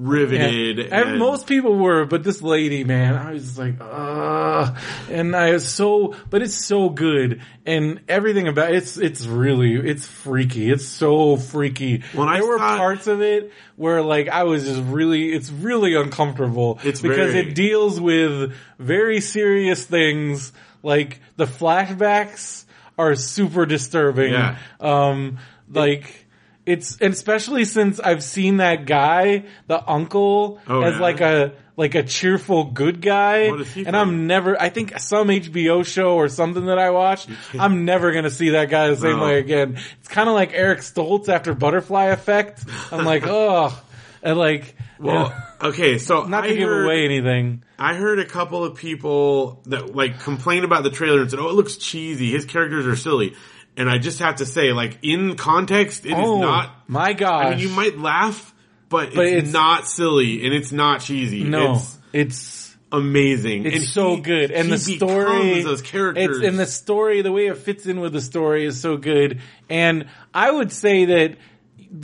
riveted.
And
and-
most people were, but this lady, man, I was just like, ugh. And I was so, but it's so good. And everything about it's, it's really, it's freaky. It's so freaky.
When I
there were
thought-
parts of it where like I was just really, it's really uncomfortable.
It's
because
very-
it deals with very serious things like the flashbacks. are super disturbing.
Yeah.
Um, like it's and especially since I've seen that guy, the uncle,
Oh,
as
yeah.
like a like a cheerful good guy.
What is he
and
from?
I'm never. I think some HBO show or something that I watched. I'm never gonna see that guy the same
No.
way again. It's kind of like Eric Stoltz after Butterfly Effect. I'm like, ugh, and like.
Well, okay, so
not to
I
give
heard-
away anything.
I heard a couple of people that like complained about the trailer and said, "Oh, it looks cheesy. His characters are silly." And I just have to say, like in context, it is
oh
not.
my gosh!
I mean, you might laugh, but,
But
it's,
it's-
not silly and it's not cheesy.
no.
It's
It's it's,
amazing. and
so
he-
good, and
he
the story
becomes those characters.
It's, and the story, the way it fits in with the story, is so good. And I would say that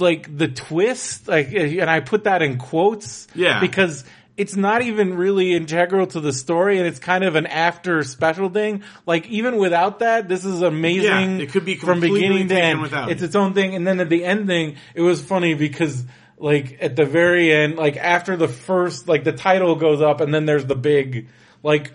like the twist, like, and I put that in quotes,
Yeah.
because. It's not even really integral to the story and it's kind of an after special thing. Like even without that, this is amazing
Yeah, it could be
from beginning
completely
to
taken
end.
without
It's
it.
its own thing. And then at the end thing, it was funny because like at the very end, like after the first, like the title goes up and then there's the big, like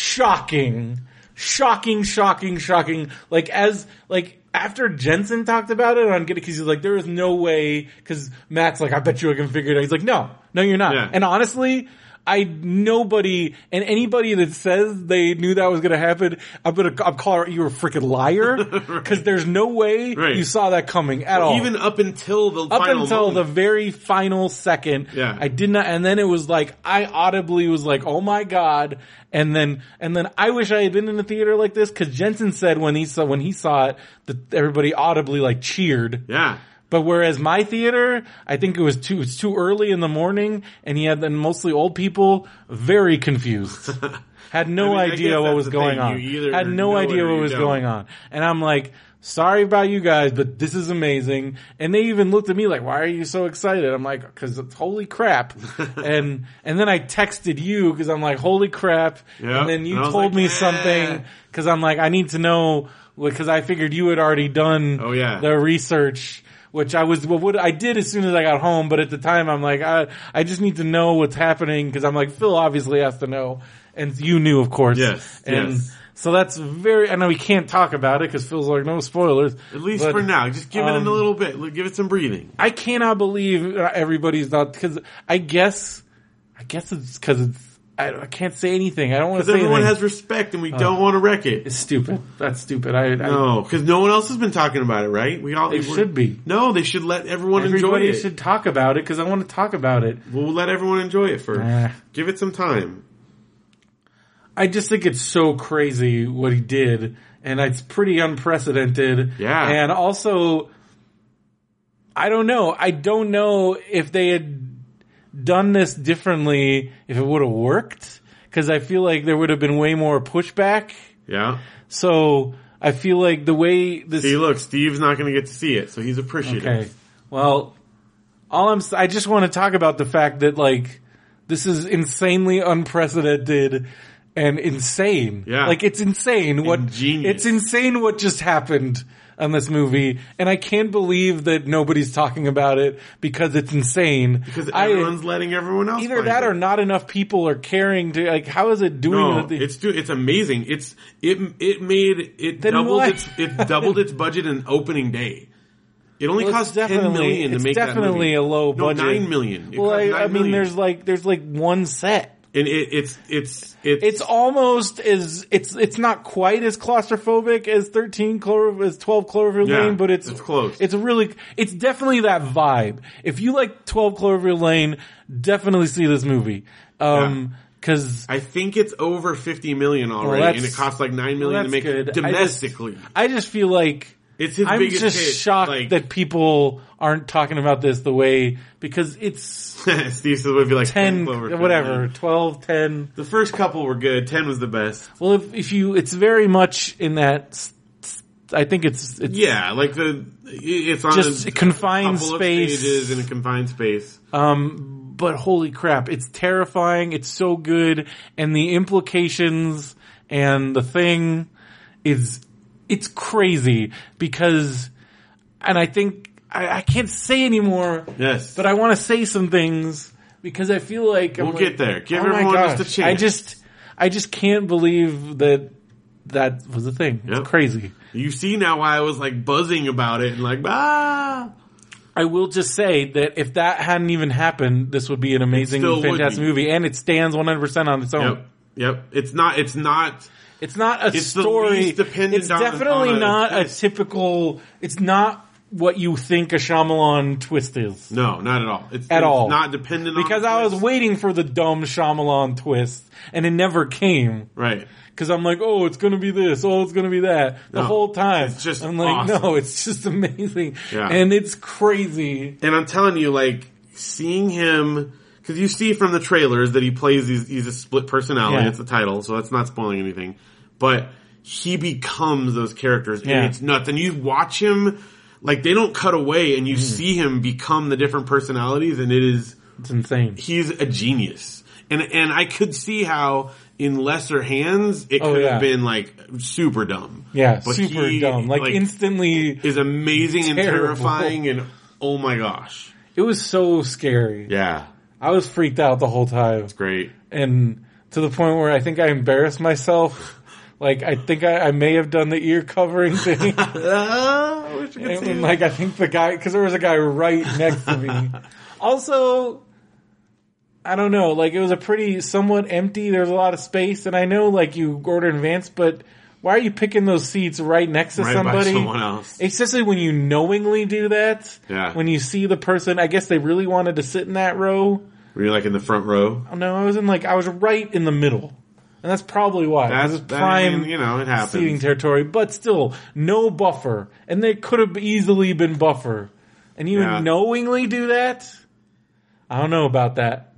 shocking, shocking, shocking, shocking. Like as, like, after Jensen talked about it on Get It, cause he's like, there is no way, cause Matt's like, I bet you I can figure it out. He's like, no, no you're not.
Yeah.
And honestly, I, nobody, and anybody that says they knew that was gonna happen, I'm gonna, I'm calling you a freaking liar, cause there's no way
Right.
you saw that coming at all.
even up until the
up
final
until the
moment.
very final second,
Yeah.
I did not, and then it was like, I audibly was like, oh my god, and then, and then I wish I had been in the theater like this, cause Jensen said when he saw, when he saw it, that everybody audibly like cheered.
yeah.
But whereas my theater, I think it was too it's too early in the morning, and he had then mostly old people very confused, had no
I mean, I
idea
guess
what
that's
was
the
going
thing.
on,
You either
had no
know it
idea
or
what
you
was
don't.
going on, and I'm like, sorry about you guys, but this is amazing. And they even looked at me like, why are you so excited? I'm like, because it's holy crap, and and then I texted you because I'm like, holy crap,
Yeah.
and then you
And I was
told
like,
me
"Yeah."
something because I'm like, I need to know because I figured you had already done
Oh, yeah.
the research, which I was what would- I did as soon as I got home. But at the time, I'm like, I I just need to know what's happening because I'm like Phil obviously has to know, and you knew, of course.
Yes,
and
yes.
so that's very. I know we can't talk about it because Phil's like no spoilers.
At least
but-
for now, just give it in
um,
a little bit. Look, Give it some breathing.
I cannot believe everybody's not because I guess I guess it's because it's I, I can't say anything. I don't want to
Because
say
everyone
anything.
has respect, and we don't want to wreck it.
it's stupid. That's stupid. I, I
No, because no one else has been talking about it, right? We all
They
we're-
should be.
No, they should let everyone
everybody
enjoy it.
should talk about it because I want to talk about it.
We'll let everyone enjoy it first.
Ah.
Give it some time.
I just think it's so crazy what he did, and it's pretty unprecedented.
Yeah.
And also, I don't know. I don't know if they had done this differently, if it would have worked, because I feel like there would have been way more pushback.
Yeah.
So I feel like the way this.
See, look, Steve's not going to get to see it, so he's appreciative.
Okay. Well, all I'm, s- I just want to talk about the fact that like, this is insanely unprecedented and insane.
Yeah.
Like it's insane what,
Ingenious.
it's insane what just happened on this movie. And I can't believe that nobody's talking about it because it's insane.
Because
I-
everyone's letting everyone else.
either
find
that
it.
or not enough people are caring to, like, how is it doing
No,
that they-
it's do- it's amazing. It's it it made it
Then
doubled
why-
its it doubled its budget in opening day. It only
Well, it's
cost ten million to
it's
make that
definitely
movie.
a low
No,
budget.
nine million. It
Well,
cost
I,
nine
I mean,
million.
there's like there's like one set.
and it, it's it's it's
It's almost as it's it's not quite as claustrophobic as thirteen Clover as twelve Cloverfield
Yeah,
Lane, but it's
it's close.
It's really it's definitely that vibe. If you like twelve Cloverfield Lane, definitely see this movie. Um, because
I think it's over fifty million already,
that's-
and it costs like nine
well,
million
that's
to make
good. I
it
just-
domestically.
I just feel like
it's his
I'm
biggest
just
hit.
shocked
like,
that people aren't talking about this the way because it's
Steve said would be like
10
Cloverfield
whatever
Lane.
12 10
The first couple were good. Ten was the best.
well if, if you it's very much in that s- s- i think it's it's
Yeah, like the it's on
just
a
confined
couple of
space
stages in a confined space.
um but holy crap it's terrifying it's so good and the implications and the thing is it's crazy because and i think i, I can't say anymore
Yes,
but I want to say some things because I feel like I'm
We'll
like,
get there. Give
Oh my
everyone just a
gosh.
chance.
I just, I just can't believe that that was the thing. It's
Yep.
crazy.
You see now why I was like buzzing about it and like ah.
I will just say that if that hadn't even happened, this would be an amazing,
still would
fantastic
be.
movie, and it stands 100% on its own.
Yep. Yep. It's not. It's not.
It's not a
It's the
story.
least dependent
it's
on-
definitely
on a
not a
twist.
typical. It's not what you think a Shyamalan twist is.
No, not at all. It's
At
it's
all.
Not dependent
Because
on
I was waiting for the dumb Shyamalan twist, and it never came.
right.
Because I'm like, oh, it's gonna be this, oh, it's gonna be that, the
No.
whole time.
It's just
I'm like,
awesome.
no, it's just amazing,
Yeah.
and it's crazy.
And I'm telling you, like seeing him, because you see from the trailers that he plays these. He's a split personality.
Yeah.
It's the title, so that's not spoiling anything. But he becomes those characters,
Yeah.
and it's nuts. And you watch him, like they don't cut away,
Mm-hmm.
and you see him become the different personalities, and it is
It's insane.
he's a genius. And and I could see how in lesser hands it
Oh,
could
yeah.
have been like super dumb.
Yeah,
But
super
he,
dumb. Like, instantly,
is amazing and
terrible.
terrifying and oh my gosh.
it was so scary.
Yeah.
I was freaked out the whole time.
Great.
and to the point where I think I embarrassed myself. Like I think I, I may have done the ear covering thing,
Ah, I wish I could
and,
see
and,
it.
like I think the guy because there was a guy right next to me. Also, I don't know. Like it was a pretty somewhat empty. There's a lot of space, and I know like you order in advance, but why are you picking those seats right next to
Right by
somebody?
someone else.
Especially when you knowingly do that.
Yeah.
When you see the person, I guess they really wanted to sit in that row.
Were you like in the front row?
Oh, No, I was in like I was right in the middle, and that's probably why.
That's
it was
that-
prime,
I mean, you know, it
seating
happens.
territory, but still no buffer, and there could have easily been buffer, and you
Yeah.
knowingly do that. I don't know about that.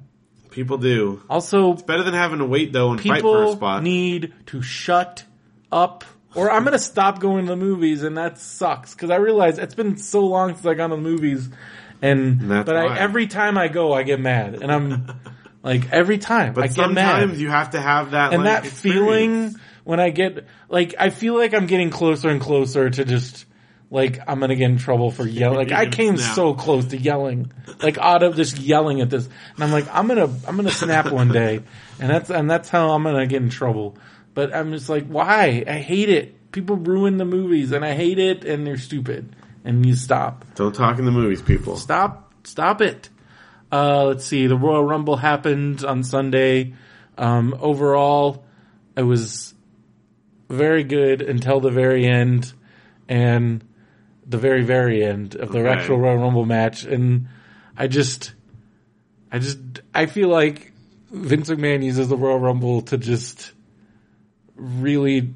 People do.
Also,
Better than having to wait though and fight for a
people
spot.
need to shut up, or I'm gonna stop going to the movies, and that sucks because I realize it's been so long since I gone to the movies, and
that's
but I,
why.
every time I go, I get mad, and I'm. Like every time, I
but
get mad.
sometimes you have to have that
and
like,
that
experience.
feeling when I get like I feel like I'm getting closer and closer to just like I'm gonna get in trouble for yelling. Like
You're
I
gonna
came
snap.
so close to yelling, like out of just yelling at this, and I'm like I'm gonna I'm gonna snap one day, and that's and that's how I'm gonna get in trouble. But I'm just like, why? I hate it. People ruin the movies, and I hate it, and they're stupid. And you stop.
Don't talk in the movies, people.
Stop! Stop it! Uh, let's see. The Royal Rumble happened on Sunday. Um, overall, it was very good until the very end, and the very very end of the
Okay.
actual Royal Rumble match. And I just, I just, I feel like Vince McMahon uses the Royal Rumble to just really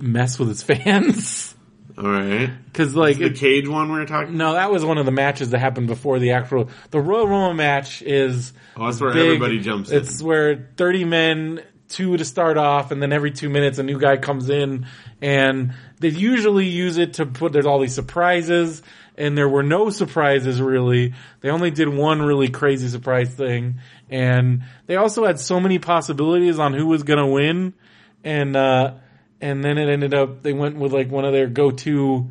mess with his fans
All right.
because like
The
it,
cage one we were talking
no, that was one of the matches that happened before the actual. The Royal Rumble match is.
Oh, that's where
big.
everybody jumps in.
It's where 30 men, two to start off, and then every two minutes a new guy comes in, and they usually use it to put, there's all these surprises, and there were no surprises really. They only did one really crazy surprise thing, and they also had so many possibilities on who was gonna win, and, uh, and then it ended up, they went with like one of their go-to,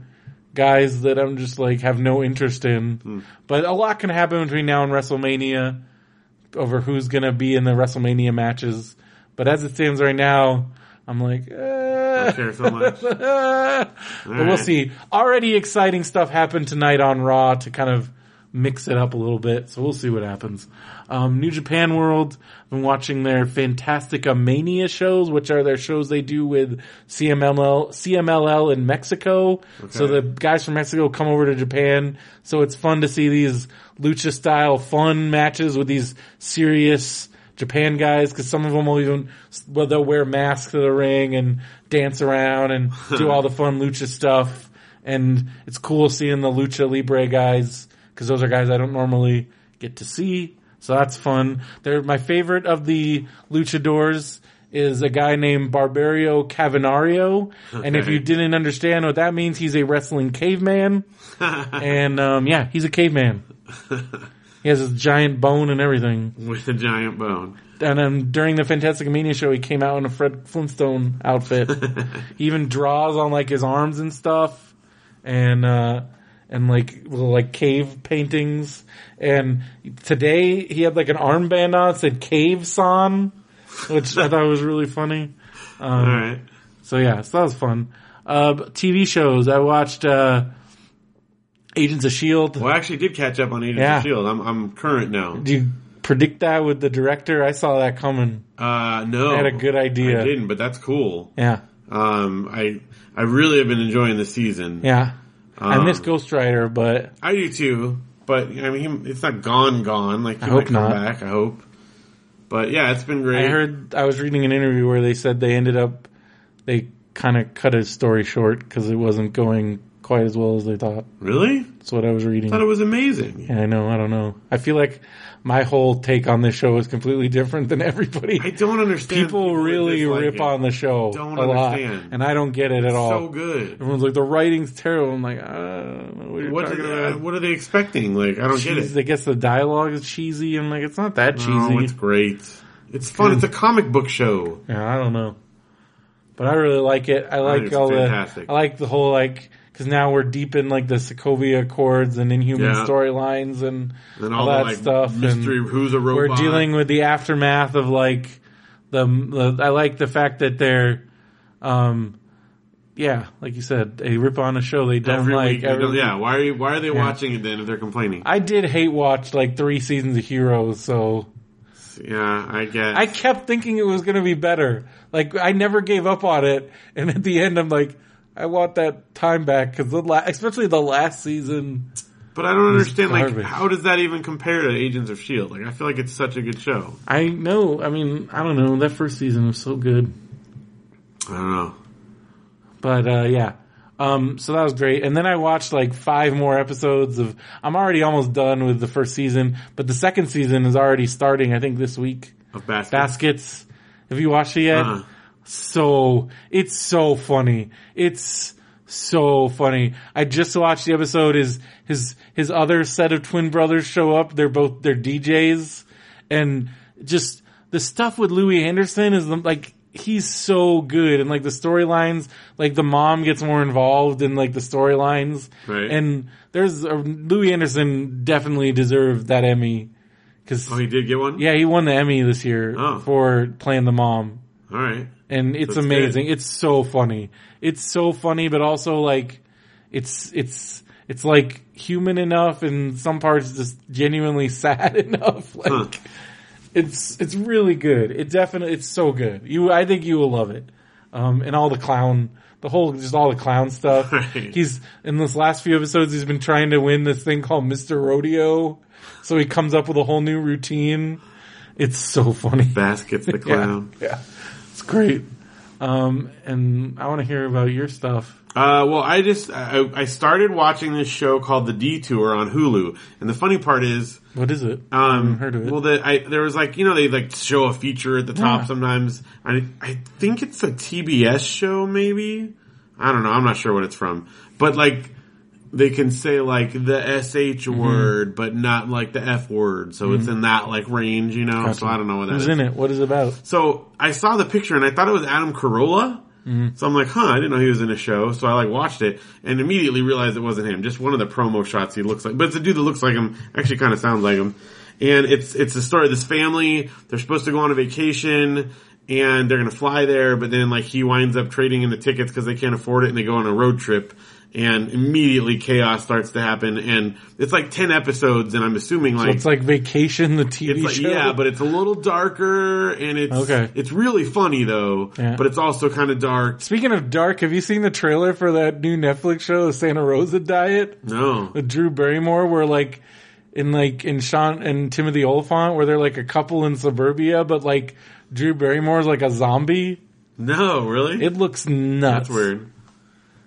guys that I'm just like have no interest in. But a lot can happen between now and WrestleMania over who's gonna be in the WrestleMania matches. But as it stands right now, I'm like, eh.
care so much.
but we'll
right.
see. Already exciting stuff happened tonight on Raw to kind of mix it up a little bit. So we'll see what happens. Um, New Japan World, I've been watching their Fantastica Mania shows, which are their shows they do with CMLL, CMLL in Mexico. So the guys from Mexico come over to Japan. So it's fun to see these lucha style fun matches with these serious, Japan guys because some of them will even well they'll wear masks to the ring and dance around and do all the fun lucha stuff and it's cool seeing the lucha libre guys because those are guys I don't normally get to see so that's fun. They're my favorite of the luchadors is a guy named Barbario Cavanario and if you didn't understand what that means he's a wrestling caveman and um, yeah he's a caveman. He has his giant bone and everything.
with a giant bone.
And um, during the Fantastic Mania show, he came out in a Fred Flintstone outfit. he even draws on like his arms and stuff, and uh, and like little like cave paintings. And today he had like an armband on that said "Cave Son," which I thought was really funny.
All right.
So yeah, so that was fun. Uh, TV shows I watched uh, Agents of Shield.
Well, I actually did catch up on Agents
Yeah.
of Shield. E I'm I'm current now.
Do you predict that with the director? I saw that coming.
Uh, no,
I had a good idea.
I didn't, but that's cool.
Yeah,
Um, I I really have been enjoying this season.
yeah. I
Um,
miss Ghost Rider, but
I do too, but I mean, he- it's not gone, gone. Like he
I
might
hope
come
not.
back. I hope. But yeah, it's been great.
I heard I was reading an interview where they said they ended up they kind of cut his story short because it wasn't going quite as well as they thought.
really?
That's what I was reading.
Thought it was amazing.
Yeah, I know. I don't know. I feel like my whole take on this show is completely different than everybody.
I don't understand.
People really
dislike
rip
it.
on the show
Don't
a lot,
understand.
and I don't get it at all.
So good.
Everyone's like, the writing's terrible. I'm like, I don't know what you're
What
talking
are,
about.
what are they expecting? Like I don't get it.
Cheese- I guess the dialogue is cheesy, and like it's not that
Oh, it's
cheesy.
great. It's fun. It's a comic book show.
Yeah, I don't know, but I really like it. I like
it's
all
fantastic.
the, I like the whole like because now we're deep in like the Sokovia Accords and Inhuman
Yeah.
storylines and
And
all,
all, the
that
like
stuff. and-
mystery. who's a robot?
we're dealing with the aftermath of like the, the I like the fact that they're um yeah, like you said, they rip on a show they don't
every
like.
week. they
every
don't-
week.
yeah. Why are you, why are they watching it then if they're complaining?
I did hate watch like 3 seasons of Heroes, so
yeah, I guess.
I kept thinking it was going to be better. Like I never gave up on it and at the end I'm like I want that time back cuz the la- especially the last season
But I don't understand, like,
garbage.
how does that even compare to Agents of S.H.I.E.L.D.? Like, I feel like it's such a good show.
I know. I mean, I don't know. That first season was so good.
I don't know.
But uh, yeah, um, so that was great. And then I watched like five more episodes of. I'm already almost done with the first season, but the second season is already starting. I think this week.
Of basket.
Baskets. Have you watched it yet?
Uh-huh.
So it's so funny. It's so funny. I just watched the episode. Is his his other set of twin brothers show up? They're both they're DJs, and just the stuff with Louis Anderson is like he's so good, and like the storylines, like the mom gets more involved in like the storylines,
Right.
and there's a, Louis Anderson definitely deserved that Emmy because
oh, he did get one?
yeah, he won the Emmy this year
Oh.
for playing the mom.
All right.
And it's
That's
amazing. It's so funny. It's so funny, but also like, it's, it's, it's like human enough and some parts just genuinely sad enough. Like,
Huh.
it's, it's really good. It definitely, it's so good. You, I think you will love it. Um, and all the clown, the whole, just all the clown stuff.
Right.
He's, in this last few episodes, he's been trying to win this thing called Mr. Rodeo. So he comes up with a whole new routine. It's so funny.
Basket's the
Yeah,
clown.
Yeah, it's great. Um, and I want to hear about your stuff.
Uh, well, I just, I, I started watching this show called The Detour on Hulu. And the funny part is,
What is it? I
um,
haven't heard of it.
well, the, I, there was like, you know, they like show a feature at the top
Yeah.
sometimes. I, I think it's a TBS show, maybe. I don't know. I'm not sure what it's from, but like, they can say like the sh
Mm-hmm.
word, but not like the f word. So it's in that like range, you know. So I don't know what that
Who's
is.
in Mm-hmm. it? What is it about?
So I saw the picture and I thought it was Adam Carolla. So I'm like, huh, I didn't know he was in a show. So I like watched it and immediately realized it wasn't him. Just one of the promo shots he looks like, but it's a dude that looks like him, actually kind of sounds like him. And it's, it's the story of this family. They're supposed to go on a vacation and they're going to fly there, but then like he winds up trading in the tickets because they can't afford it and they go on a road trip and immediately chaos starts to happen. And it's like 10 episodes and I'm assuming like,
It's like Vacation, the TV
it's like,
show.
yeah, but it's a little darker and it's
Okay.
it's really funny though,
Yeah.
but it's also kind of dark.
speaking of dark, have you seen the trailer for that new Netflix show, The Santa Rosa Diet,
No.
with Drew Barrymore, where like in like in Sean and Timothy Oliphant, where they're like a couple in suburbia, but like Drew Barrymore's like a zombie.
No, really?
It looks nuts.
That's weird.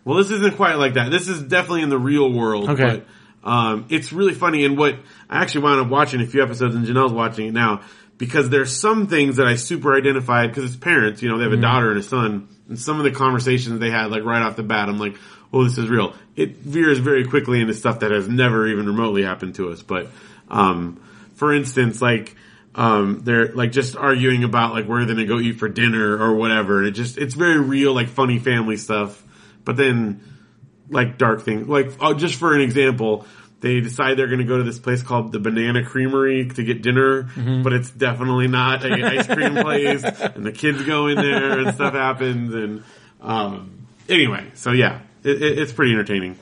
Well, this isn't quite like that. This is definitely in the real world.
Okay.
But, um, it's really funny. And what I actually wound up watching a few episodes, and Janelle's watching it now because there's some things that I super identified because it's parents. You know, they have a daughter and a son, and some of the conversations they had, like right off the bat, I'm like, "Oh, this is real." It veers very quickly into stuff that has never even remotely happened to us. But, um, for instance, like. Um, they're like just arguing about like where they're gonna go eat for dinner or whatever. And it just, it's very real, like funny family stuff. But then like dark things. Like oh, just for an example, they decide they're going to go to this place called the Banana Creamery to get dinner, but it's definitely not like, an ice cream place. And the kids go in there, and stuff happens, and Um, anyway, so yeah, it, it, it's pretty entertaining.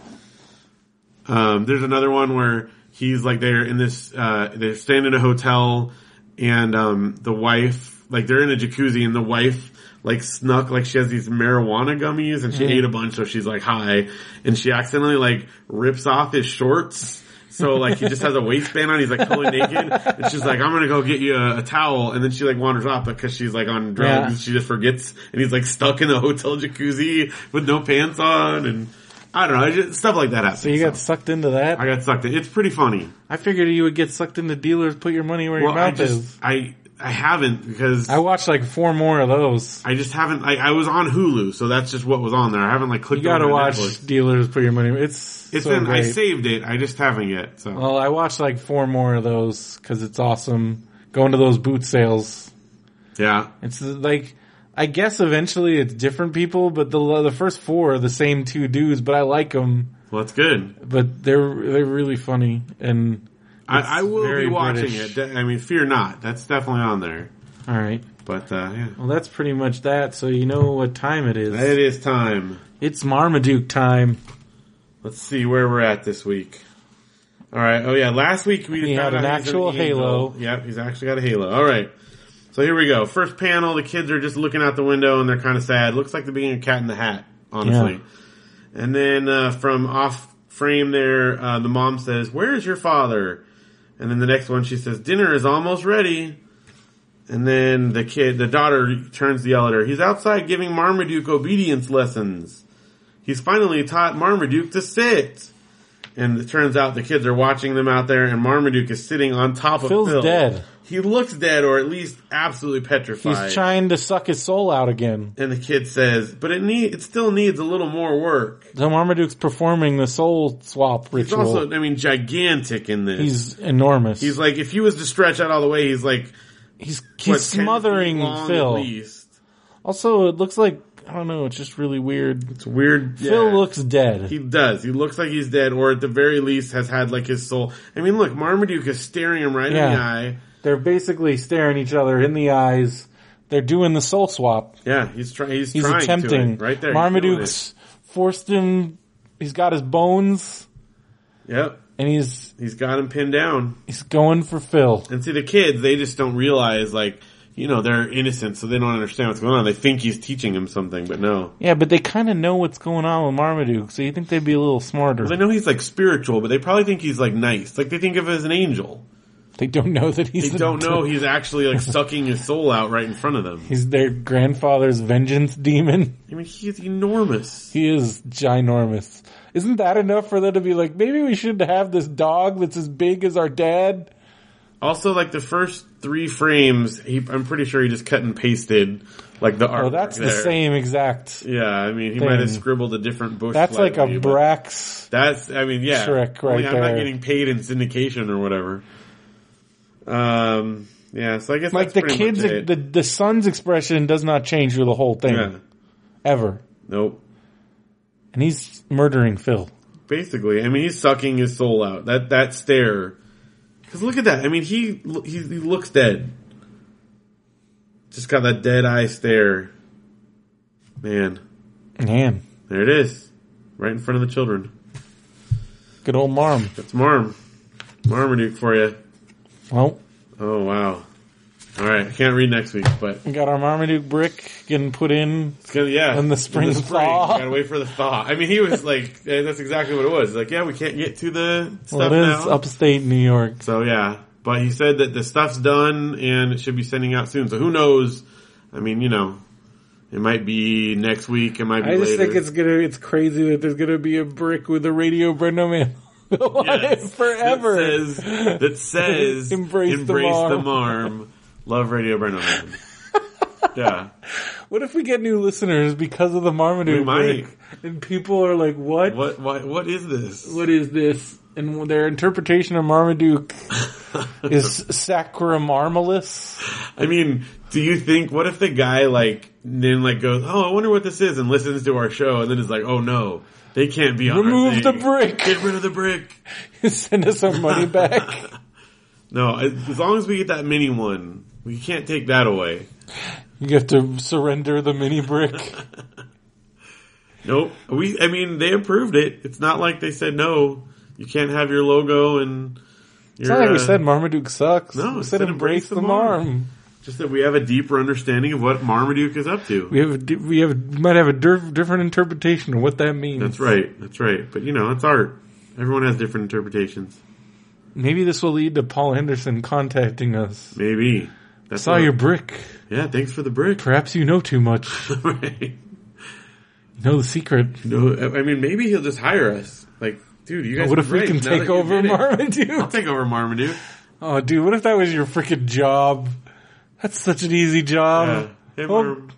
Um, there's another one where he's like they're in this, uh, they're staying in a hotel, and um, the wife, like they're in a jacuzzi, and the wife like snuck like she has these marijuana gummies, and she ate a bunch, so she's like high, and she accidentally like rips off his shorts. So like he just has a waistband on, he's like totally naked, and she's like, "I'm gonna go get you a, a towel," and then she like wanders off because she's like on drugs.
Yeah.
She just forgets, and he's like stuck in the hotel jacuzzi with no pants on, and I don't know, I just, stuff like that happens.
So you got sucked into that?
I
I,
got sucked in. It's pretty funny.
figured you would get sucked into dealers, put your money where your
Well, I
mouth
just
is.
I I haven't because
I
I,
watched like four more of those.
just haven't. I, I was on Hulu, so that's just what was on there. I haven't like clicked.
You gotta
over to
watch
Netflix.
dealers, put your money. It's
It's
so
been I
great.
saved it. I just haven't yet. So
Well, I watched like four more of those because it's awesome. Going to those boot sales.
yeah,
It's like, I guess eventually it's different people, but the the first four are the same two dudes. But I like them.
well, that's good.
But they're they're really funny and It's
I, I will
very
be watching
British.
it. De- I mean, fear not. That's definitely on there.
all right.
But uh, yeah,
Well, that's pretty much that. So you know what time it is.
it is time.
It's Marmaduke time.
Let's see where we're at this week. All right. Oh yeah, last week we
He
found
had
out
an
he's
actual
angel.
halo.
Yep, he's actually got a halo. All right. So here we go. First panel. The kids are just looking out the window and they're kind of sad. Looks like the beginning of Cat in the Hat, honestly. And then uh, from off frame there, uh, the mom says, "Where is your father?" And then the next one, she says, "Dinner is almost ready." And then the kid, the daughter, turns to yell at her. He's outside giving Marmaduke obedience lessons. He's finally taught Marmaduke to sit. And it turns out the kids are watching them out there, and Marmaduke is sitting on top of
Phil's
Phil.
dead.
He looks dead, or at least absolutely
He's
petrified.
trying to suck his soul out again.
and the kid says, "But it need it still needs a little more work."
So Marmaduke's performing the soul swap
He's
ritual.
also, I mean, gigantic in this. He's,
He's enormous. He's
like, if he was to stretch out all the way, he's like
he's,
what, 10 feet
smothering
long At
Phil.
least.
Also, it looks like I don't know. It's just really weird.
It's weird.
Phil
yeah.
looks dead.
He does. He looks like he's dead, or at the very least, has had like his soul. I mean, look, Marmaduke is staring him right in the
Yeah.
eye.
They're basically staring each other in the eyes. They're doing the soul swap.
Yeah, he's trying. He's,
He's
trying
attempting.
to, right there. he's doing it.
Marmaduke's forced him. He's got his bones,
Yep,
and he's
he's got him pinned down.
he's going for Phil.
And see, the kids, they just don't realize, like, you know, they're innocent, so they don't understand what's going on. They think he's teaching him something, but no.
Yeah, but they kind of know what's going on with Marmaduke, so you think they'd be a little smarter.
They know he's, like, spiritual, but they probably think he's, like, nice. Like, they think of him as an angel.
They don't know that he's
They don't know he's actually, like, sucking his soul out right in front of them.
he's their grandfather's vengeance demon.
I mean, he's enormous.
He is ginormous. Isn't that enough for them to be like, maybe we should have this dog that's as big as our dad?
Also, like, the first three frames, he, I'm pretty sure he just cut and pasted, like, the art.
Oh, that's the same exact.
Yeah, I mean, he might have
thing.
scribbled a different bush.
That's like
slightly,
a
but
Brax
That's, I mean, yeah.
Shrek
Only
right
I'm not
there.
getting paid in syndication or whatever. Um, yeah, so I guess
like
that's
the
pretty
kids
much it.
the, the son's expression does not change through the whole thing
yeah.
ever
Nope.
and he's murdering phil
Basically, I mean, he's sucking his soul out. That that stare. Because look at that. I mean, he, he he looks dead. Just got that dead eye stare. Man,
man
there it is, right in front of the children.
good old marm
That's Marm, Marmaduke for you.
well
Oh wow. All right, I can't read next week, but
we got our marmaduke brick getting put in
It's gonna, yeah.
And the spring thaw.
You gotta wait for the thaw. I mean, he was like, eh, that's exactly what it was. Like, yeah, we can't get to the stuff
well, it is
now.
upstate new york
So yeah, but he said that the stuff's done and it should be sending out soon. So who knows? I mean, you know, it might be next week. It might be
i just
later.
think it's gonna it's crazy that there's gonna be a brick with a radio brendo man on
Yes.
it forever
That says, that says
Embrace the marm.
the marm. Love Radio Brennan. yeah.
what if we get new listeners because of the marmaduke
We might.
brick and people are like what
What, what, what is this?
what is this? And their interpretation of Marmaduke is sacramarmalus.
I mean, do you think what if the guy like then like goes, "Oh, I wonder what this is," and listens to our show, and then is like, "Oh no, they can't be on." our
Remove the
thing.
brick.
Get rid of the brick.
Send us our money back.
No, as as long as we get that mini one, we can't take that away.
You have to surrender the mini brick.
Nope. We. I mean, they approved it. It's not like they said no. You can't have your logo and.
It's
Your,
not like we
uh,
said Marmaduke sucks.
No,
we
it
said
said
embrace
embrace
the
the
marm.
just that we have a deeper understanding of what Marmaduke is up to.
We have a, di- we have might have a dir- different interpretation of what that means.
That's right. That's right. But you know, it's art. Everyone has different interpretations.
Maybe this will lead to Paul Henderson contacting us.
Maybe. That's
Saw
all.
your brick.
Yeah. Thanks for the brick.
Perhaps you know too much.
right.
You know the secret.
No, I I mean maybe he'll just hire us. Like, dude, you guys.
What
are
if we
great
can
now that
take
you
over
did it. I'll
Marmaduke?
take over Marmaduke.
Oh, dude, what if that was your freaking job? That's such an easy job.
Yeah. Hey,
Um, Well,
Marm.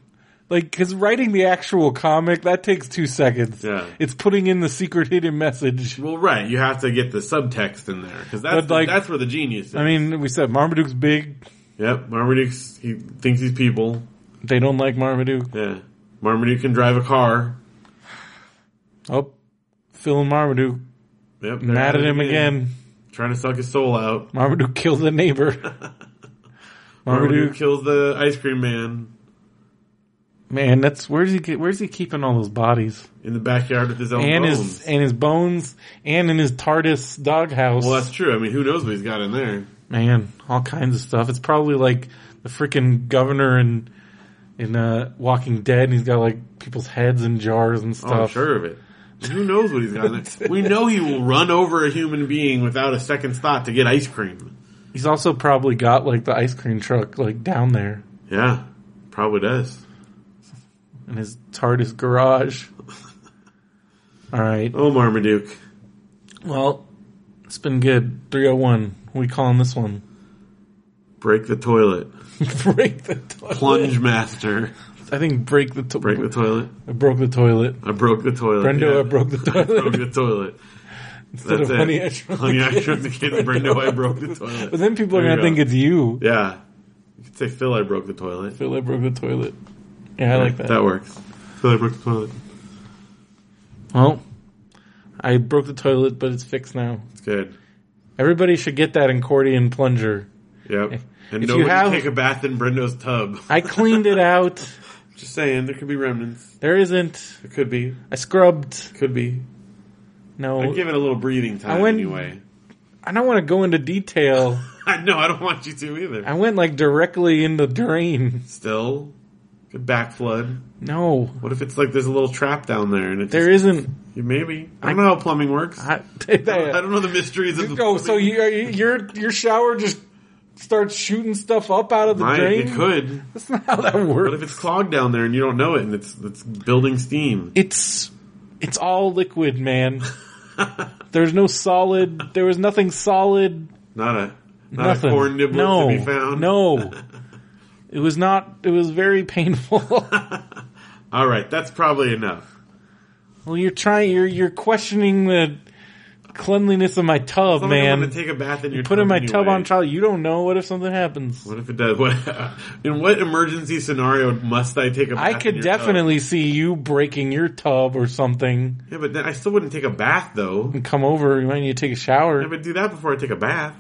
Like, cause writing the actual comic, that takes two seconds.
Yeah.
It's putting in the secret hidden message.
Well, right. You have to get the subtext in there because that's
But, like-
that's where the genius. Is.
I mean, we said Marmaduke's big.
yep. Marmaduke's he thinks he's people.
They don't like Marmaduke.
Yeah. Marmaduke can drive a car.
Oh, Phil and Marmaduke
Yep. they're
mad at him again.
Trying to suck his soul out.
Marmaduke kills a neighbor.
Marmaduke,
Marmaduke,
kills the ice cream man
man, that's where's he get, where's he keeping all those bodies
in the backyard with his own
and
bones.
his and his bones and in his TARDIS doghouse.
well, that's true. I mean, who knows what he's got in there?
Man, all kinds of stuff. It's probably like the freaking governor in in uh, Walking Dead, and he's got like people's heads in jars and
Oh, I'm
stuff.
sure of it. Who knows what he's got in there? We know he will run over a human being without a second thought to get ice cream.
He's also probably got like the ice cream truck like down there
Yeah, probably does.
in his TARDIS garage. all right.
Oh, Marmaduke.
Well, it's been good. 301. We calling this one.
Break the toilet.
break the toilet.
Plunge master.
I think break the toilet.
Break the toilet.
I broke the toilet.
I broke the toilet.
Brendo,
Yeah.
I broke the
I broke
toilet.
the toilet.
Instead of
That's it.
honey, I shrunk the
Honey, I
kids.
shrunk the kids. Brendo, I broke the toilet.
But then people are
There
going to
you go.
think it's you.
Yeah. You could say Phil, I broke the toilet.
Phil, I broke the toilet. Yeah, I like that.
That works. Phil, I broke the toilet.
Well, I broke the toilet, but it's fixed now.
It's good.
Everybody should get that accordion plunger.
Yep. And
If
nobody
you have-
take a bath in Brendo's tub.
I cleaned it out.
Just saying, there could be remnants.
There isn't.
It could be.
I scrubbed.
Could be.
No,
I'd give it a little breathing time
I went-
anyway.
I don't want to go into detail.
I know, I don't want you to either.
I went like directly in the drain.
Still, could back flood.
No,
What if it's like there's a little trap down there and it's
there isn't.
maybe I don't know how plumbing works. I,
I, take that.
don't know the mysteries of the
Oh, so
plumbing.
you, are you, your your shower just starts shooting stuff up out of the
might
drain?
it could.
That's not how that
What
works.
if it's clogged down there and you don't know it and it's it's building steam?
It's it's all liquid, man. There's no solid. There was nothing solid.
Not a not
Nothing.
a corn niblet
no,
to be found.
no. It was not. It was very painful.
All right, that's probably enough.
well, you're trying. You're you're questioning the cleanliness of my tub,
to
man.
take a bath in your
Putting
tub
my tub
anyway.
on trial. You don't know. What if something happens?
What if it does? What in what emergency scenario must I take a bath?
I
in
could
your tub?
definitely see you breaking your tub or something.
Yeah, but then I still wouldn't take a bath though.
and come over. You might need to take a shower.
I would do that before I take a bath.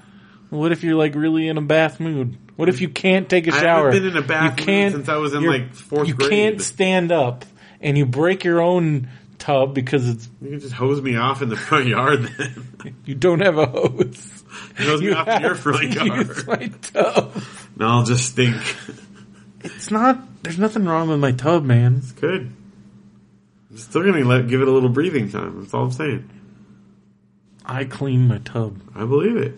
What if you're like really in a bath mood? What if you can't take a
I
shower?
haven't been in a bath
you
mood
can't,
since I was in
you're-
like fourth
You
grade.
can't stand up and you break your own tub because it's
You can just hose me off in the front yard then.
you don't have a hose.
hose me
You
off in your
have
front
to
yard.
use my tub.
No, I'll just stink.
It's not. There's nothing wrong with my tub, man.
Good. I'm still gonna let give it a little breathing time. That's all I'm saying.
I clean my tub.
I believe it.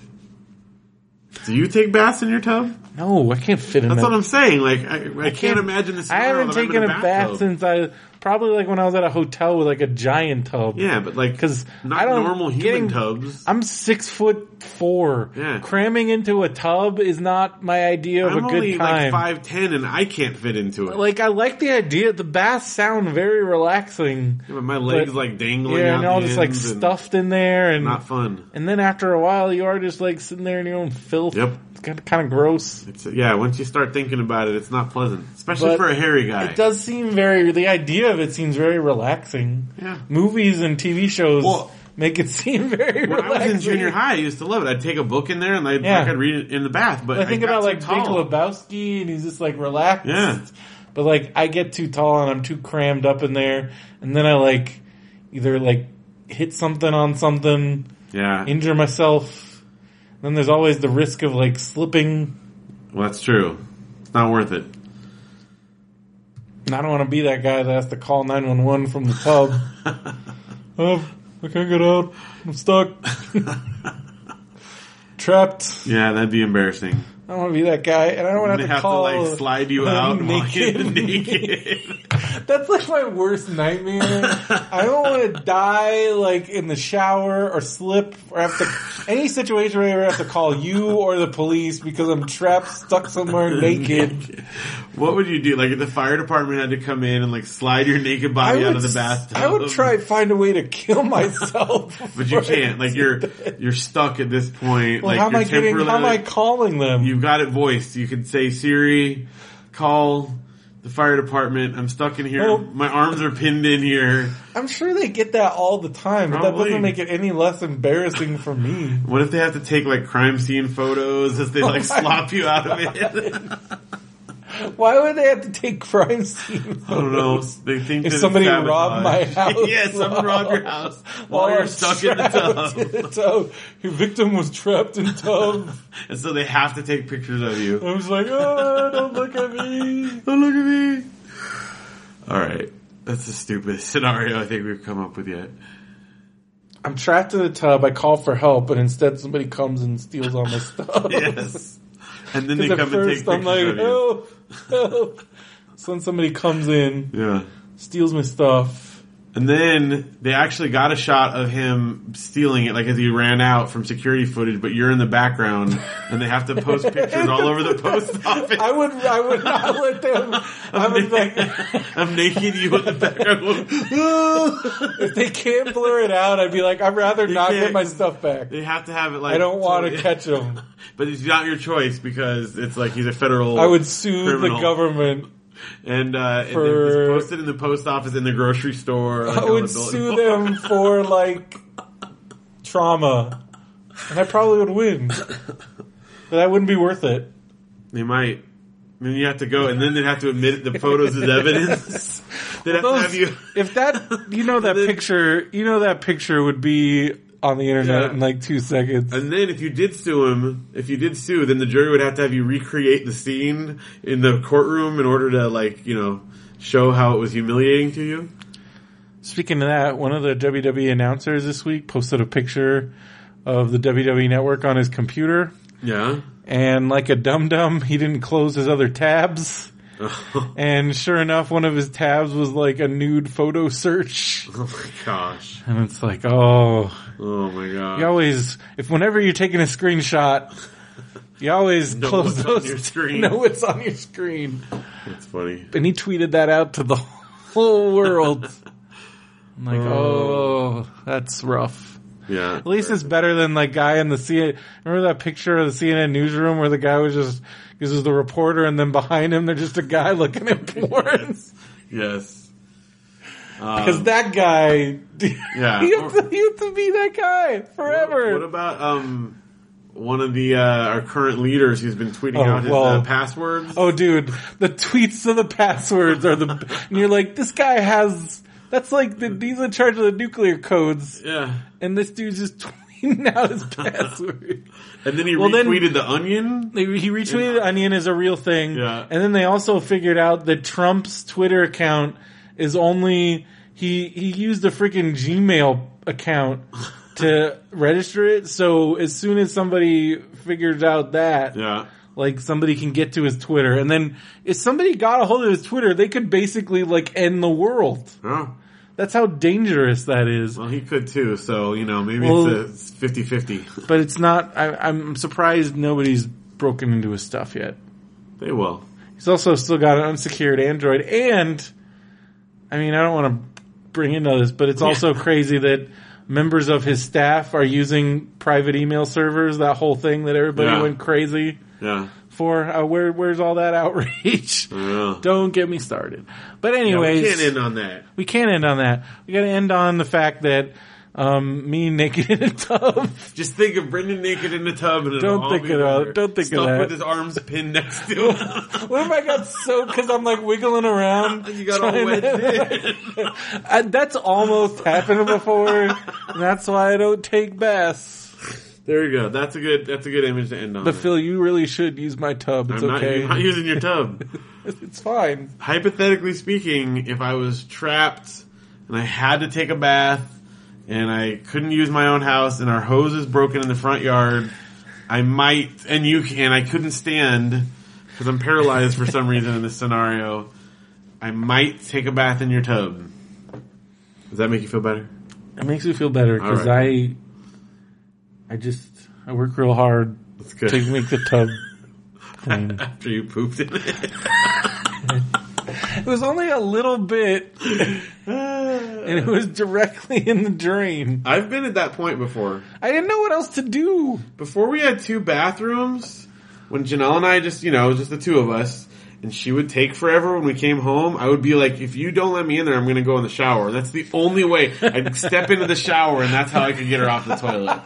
Do you take baths in your tub?
No, I can't fit in.
That's
that.
what I'm saying. Like I, I, can't,
can't-
imagine this.
I haven't taken a bath since I probably like when I was at a hotel with like a giant tub.
Yeah, but like
'Cause
not
I don't-
normal human
getting-
tubs.
I'm six foot four.
Yeah.
Cramming into a tub is not my idea of
I'm
a good
only
time.
like five ten, and I can't fit into it.
Like, I like the idea. The baths sound very relaxing.
Yeah, but my legs
but-
like dangling.
Yeah,
out
and all
the
just like
ends and
stuffed in there, and
Not fun.
and then after a while, you are just like sitting there in your own filth.
Yep.
It's kind of, kind of gross.
It's yeah. Once you start thinking about it, it's not pleasant, especially
But
for a hairy guy.
It does seem very. The idea of it seems very relaxing.
Yeah.
Movies and TV shows
Well,
make it seem very.
When
relaxing.
I was in junior high, I used to love it. I'd take a book in there and I'd,
Yeah.
like, I'd read it in the bath. But
I think
got
about
too
like Big
tall.
Lebowski, and he's just like relaxed.
Yeah.
But like I get too tall and I'm too crammed up in there, and then I like either like hit something on something,
Yeah.
injure myself. Then there's always the risk of like slipping.
well, that's true. It's not worth it.
And I don't want to be that guy that has to call 911 from the pub. oh, I can't get out. I'm stuck. Trapped.
Yeah, that'd be embarrassing.
I don't want to be that guy. And I don't want
they
to have
have
to call.
to like slide you out and walk in naked.
That's like my worst nightmare. I don't want to die like in the shower or slip or have to any situation where I have to call you or the police because I'm trapped, stuck somewhere naked.
What would you do? Like if the fire department had to come in and like slide your naked
I
body
would,
out of the
s-
bathtub.
I would try to find a way to kill myself.
But you
before I
can't. Like
do
you're
that.
you're stuck at this point.
Well,
like
how am
you're
I getting? How am I
temporarily-
calling them?
You've got it voiced. You can say Siri, call the fire department. I'm stuck in here.
Oh.
My arms are pinned in here.
I'm sure they get that all the time, but that
Probably.
doesn't make it any less embarrassing for me.
What if they have to take like crime scene photos as they
Oh
like slop you out of it?
Why would they have to take crime scene?
I don't know. They think
If
that it's
somebody
sabotage.
robbed my house
yeah, someone robbed your house while you're
I'm
stuck in the
trapped
tub.
in the tub. Your victim was trapped in tub.
And so they have to take pictures of you.
I was like, oh, don't look at me.
Don't look at me. All right. That's the stupidest scenario I think we've come up with yet.
I'm trapped in the tub. I call for help, but instead somebody comes and steals all my stuff.
Yes. And then they
'Cause
come
at
and take
first
pictures
I'm like, "Oh."
of you.
help, help. So when somebody comes in,
Yeah.
steals my stuff.
And then they actually got a shot of him stealing it, like as he ran out from security footage, but you're in the background and they have to post pictures all over the post office.
I would, I would not let them. I would like "Ah."
I'm naked you in the background.
if they can't blur it out. I'd be like, I'd rather not get
can't-
my stuff back.
they have to have it like
I don't want to
totally-
catch them.
But it's not your choice because it's like he's a federal
I would sue
criminal.
the government.
and uh and
for-
it's posted in the post office in the grocery store. like,
I
on
would
the building.
sue them for like trauma, and I probably would win, but that wouldn't be worth it.
They might. Then you have to go, and then they'd have to admit the photos as evidence. They'd have to have you.
if that, you know that
Then-
picture, you know that picture would be on the internet
Yeah.
in like two seconds.
And then if you did sue him, if you did sue, then the jury would have to have you recreate the scene in the courtroom in order to like, you know, show how it was humiliating to you.
Speaking of that, one of the WWE announcers this week posted a picture of the WWE network on his computer,
Yeah.
and like a dum dum, he didn't close his other tabs.
Oh,
And sure enough, one of his tabs was like a nude photo search.
Oh my gosh.
And it's like, oh,
Oh my god.
you always, if whenever you're taking a screenshot, you always
Know
close
what's on
those.
your screen.
Know what's on your screen.
That's funny.
And he tweeted that out to the whole world. I'm like, oh, that's rough.
Yeah.
At least it's better than the guy in the CNN. Remember that picture of the CNN newsroom where the guy was just, this is the reporter and then behind him there's just a guy looking at
Um,
porn.
Yes.
Because
Um,
that guy,
Yeah.
you, have to, you have to be that guy forever.
What about um one of the uh, our current leaders who's been tweeting
Oh,
out his
well.
uh, passwords?
oh, dude, the tweets to the passwords are the, and you're like, this guy has. That's like the, he's in charge of the nuclear codes,
Yeah.
and this dude's just tweeting out his password.
And then he
Well, then-
retweeted the onion.
They, he retweeted onion is a real thing.
Yeah.
And then they also figured out that Trump's Twitter account is only he he used a freaking Gmail account to register it. So as soon as somebody figures out that,
Yeah.
like somebody can get to his Twitter, and then if somebody got a hold of his Twitter, they could basically like end the world.
Oh.
That's how dangerous that is.
Well, he could too, so, you know, maybe
Well-
it's a 50 50.
But it's not. I, I'm surprised nobody's broken into his stuff yet.
They will.
He's also still got an unsecured Android, and I mean, I don't want to bring into this, but it's also crazy that members of his staff are using private email servers. That whole thing that everybody
Yeah.
went crazy
Yeah.
for. Uh, where where's all that outrage?
Yeah.
don't get me started. But
Yeah, we
anyways,
can't end on that.
we can't end on that. We got to end on the fact that Um, me naked in a tub.
Just think of Brendan naked in the tub and
Don't
it'll all
think
be
of that.
over.
Don't think of
Stuffed
that.
with his arms pinned next to him.
what if I got so because I'm like wiggling around?
you got all
trying
wedged
to-
in.
I, Uh, that's almost happened before. and that's why I don't take baths.
There you go. That's a good. That's a good image to end on.
But Phil, you really should use my tub. It's
I'm not,
okay.
you're not using your tub.
it's fine.
Hypothetically speaking, if I was trapped and I had to take a bath and I couldn't use my own house and our hose is broken in the front yard, I might and you can. I couldn't stand because I'm paralyzed for some reason in this scenario. I might take a bath in your tub. Does that make you feel better?
It makes me feel better because
All
I, I just I work real hard
That's good.
to make the tub clean.
After you pooped in it.
It was only a little bit, and it was directly in the drain.
I've been at that point before.
I didn't know what else to do.
before we had two bathrooms, when Janelle and I just, you know, it was just the two of us, and she would take forever when we came home, I would be like, if you don't let me in there, I'm going to go in the shower. That's the only way. I'd step into the shower, and that's how I could get her off the toilet.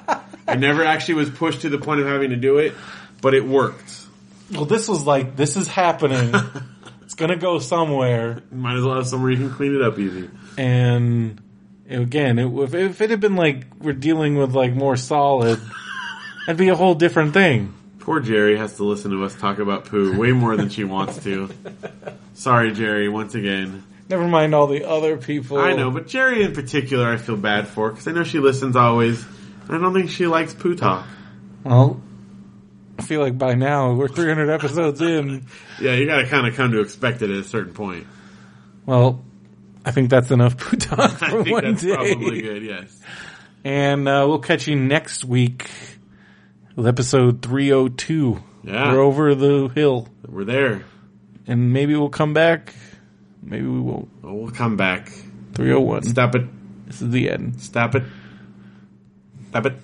I never actually was pushed to the point of having to do it, but it worked.
Well, this was like this is happening. it's gonna go somewhere,
Might as well have somewhere you can clean it up easy.
and again, it, if, if it had been like we're dealing with like more solid, that'd be a whole different thing.
Poor Jerry has to listen to us talk about poo way more than she wants to. Sorry, Jerry, once again.
Never mind all the other people.
I know, but Jerry in particular, I feel bad for because I know she listens always. and I don't think she likes poo talk.
Well, I feel like by now we're 300 episodes in.
Yeah, you got to kind of come to expect it at a certain point.
Well, I think that's enough poo talk
I
for
think
one
that's
day.
probably good. Yes,
And uh, we'll catch you next week with episode 302.
Yeah.
We're over the hill.
we're there.
And maybe we'll come back. Maybe we won't.
Oh, we'll come back.
301.
Stop it!
This is the end.
Stop it! Stop it!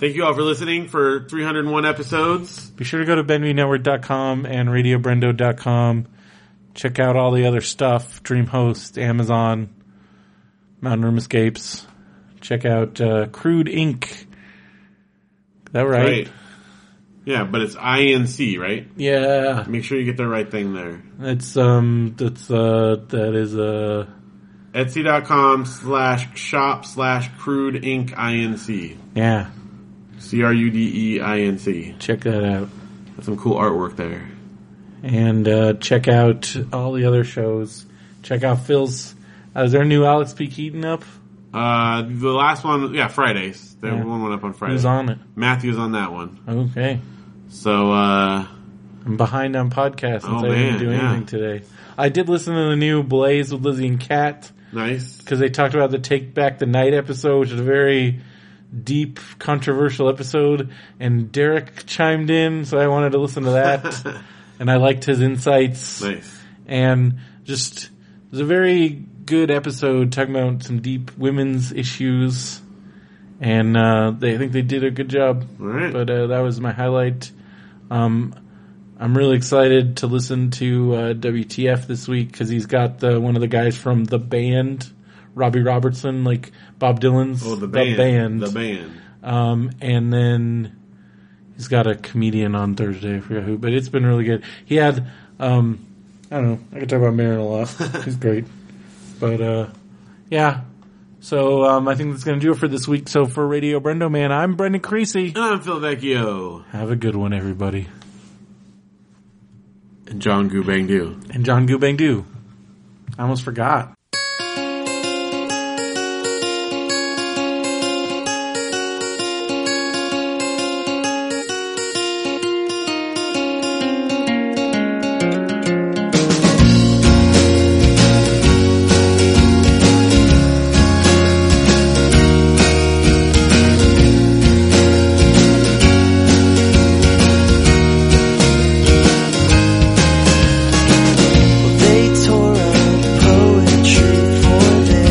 Thank you all for listening for 301 episodes.
Be sure to go to benvnetwork.com and radiobrendo.com. Check out all the other stuff. DreamHost, Amazon, Mountain Room Escapes. Check out uh, Crude Inc. Is that right?
Right. Yeah, but it's INC, right?
Yeah.
Make sure you get the right thing there.
It's, um, that's, uh, that is, uh,
Etsy.com slash shop slash crude inc inc.
yeah.
C R U D E I N C.
Check that out.
That's some cool artwork there.
and uh, check out all the other shows. Check out Phil's. Uh, is there a new Alex P. Keaton up?
Uh, the last one, yeah, Fridays. The
Yeah.
one went up on Friday.
Who's on it?
Matthew's on that one.
Okay.
So, uh,
I'm behind on podcasts since
Oh,
I didn't
man,
do
yeah.
anything today. I did listen to the new Blaze with Lizzie and Kat
nice.
because they talked about the Take Back the Night episode, which is a very deep, controversial episode. And Derek chimed in, so I wanted to listen to that. and I liked his insights.
Nice.
and just it was a very good episode talking about some deep women's issues and uh, they I think they did a good job
All right.
but uh, that was my highlight um, I'm really excited to listen to uh, WTF this week because he's got the, one of the guys from the band Robbie Robertson like Bob Dylan's
oh, the band. The band.
um, and then he's got a comedian on Thursday. I forgot who, but it's been really good. He had, um, I don't know. I could talk about Marin a lot. he's great. But, uh, yeah. So, um, I think that's going to do it for this week. So for Radio Brendo Man, I'm Brendan Creasy.
And I'm Phil Vecchio.
Have a good one, everybody.
And John Gubangdu.
And John Goobang Doo. I almost forgot.
They tore up poetry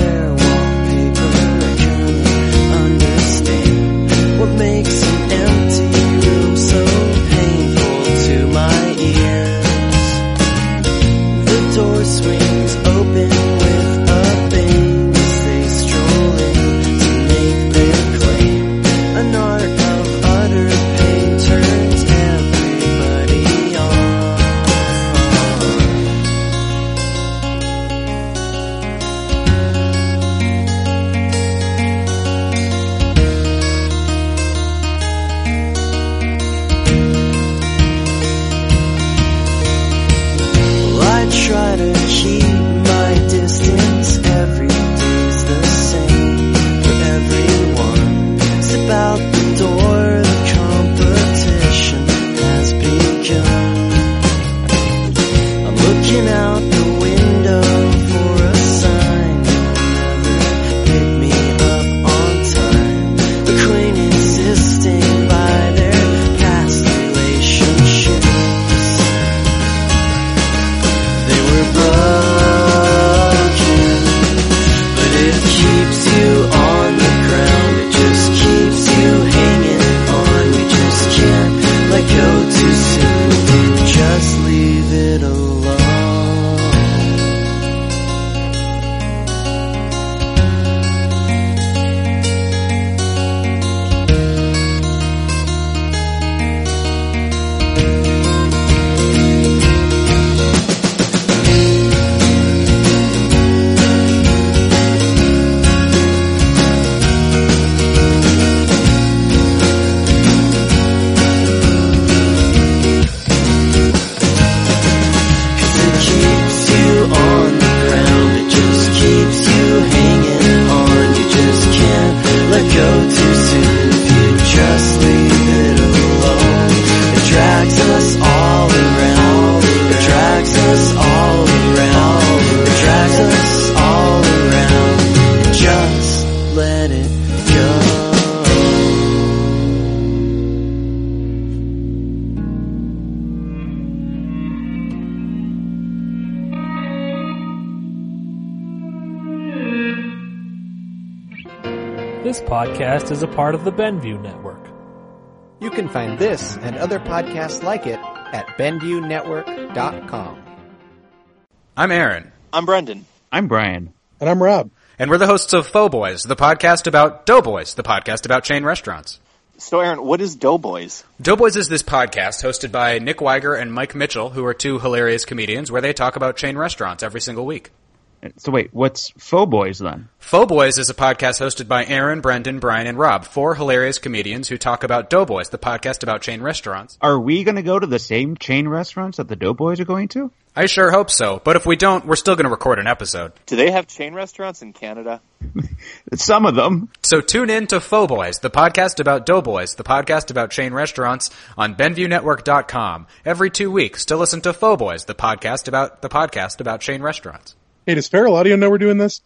This podcast is a part of the Benview Network.
You can find this and other podcasts like it at BenviewNetwork.com.
I'm Aaron.
I'm Brendan.
I'm Brian.
And I'm Rob.
And we're the hosts of Faux the podcast about Doughboys, the podcast about chain restaurants.
So, Aaron, what is Doughboys?
Doughboys is this podcast hosted by Nick Weiger and Mike Mitchell, who are two hilarious comedians, where they talk about chain restaurants every single week.
So wait, what's Faux Boys then?
Faux Boys is a podcast hosted by Aaron, Brendan, Brian, and Rob, four hilarious comedians who talk about Doughboys, the podcast about chain restaurants.
Are we going to go to the same chain restaurants that the Doughboys are going to?
I sure hope so, but if we don't, we're still going to record an episode.
Do they have chain restaurants in Canada?
Some of them.
So tune in to Faux Boys, the podcast about Doughboys, the podcast about chain restaurants on BenviewNetwork.com. Every two weeks to listen to Faux Boys, the podcast about the podcast about chain restaurants.
Hey, does Feral Audio know we're doing this?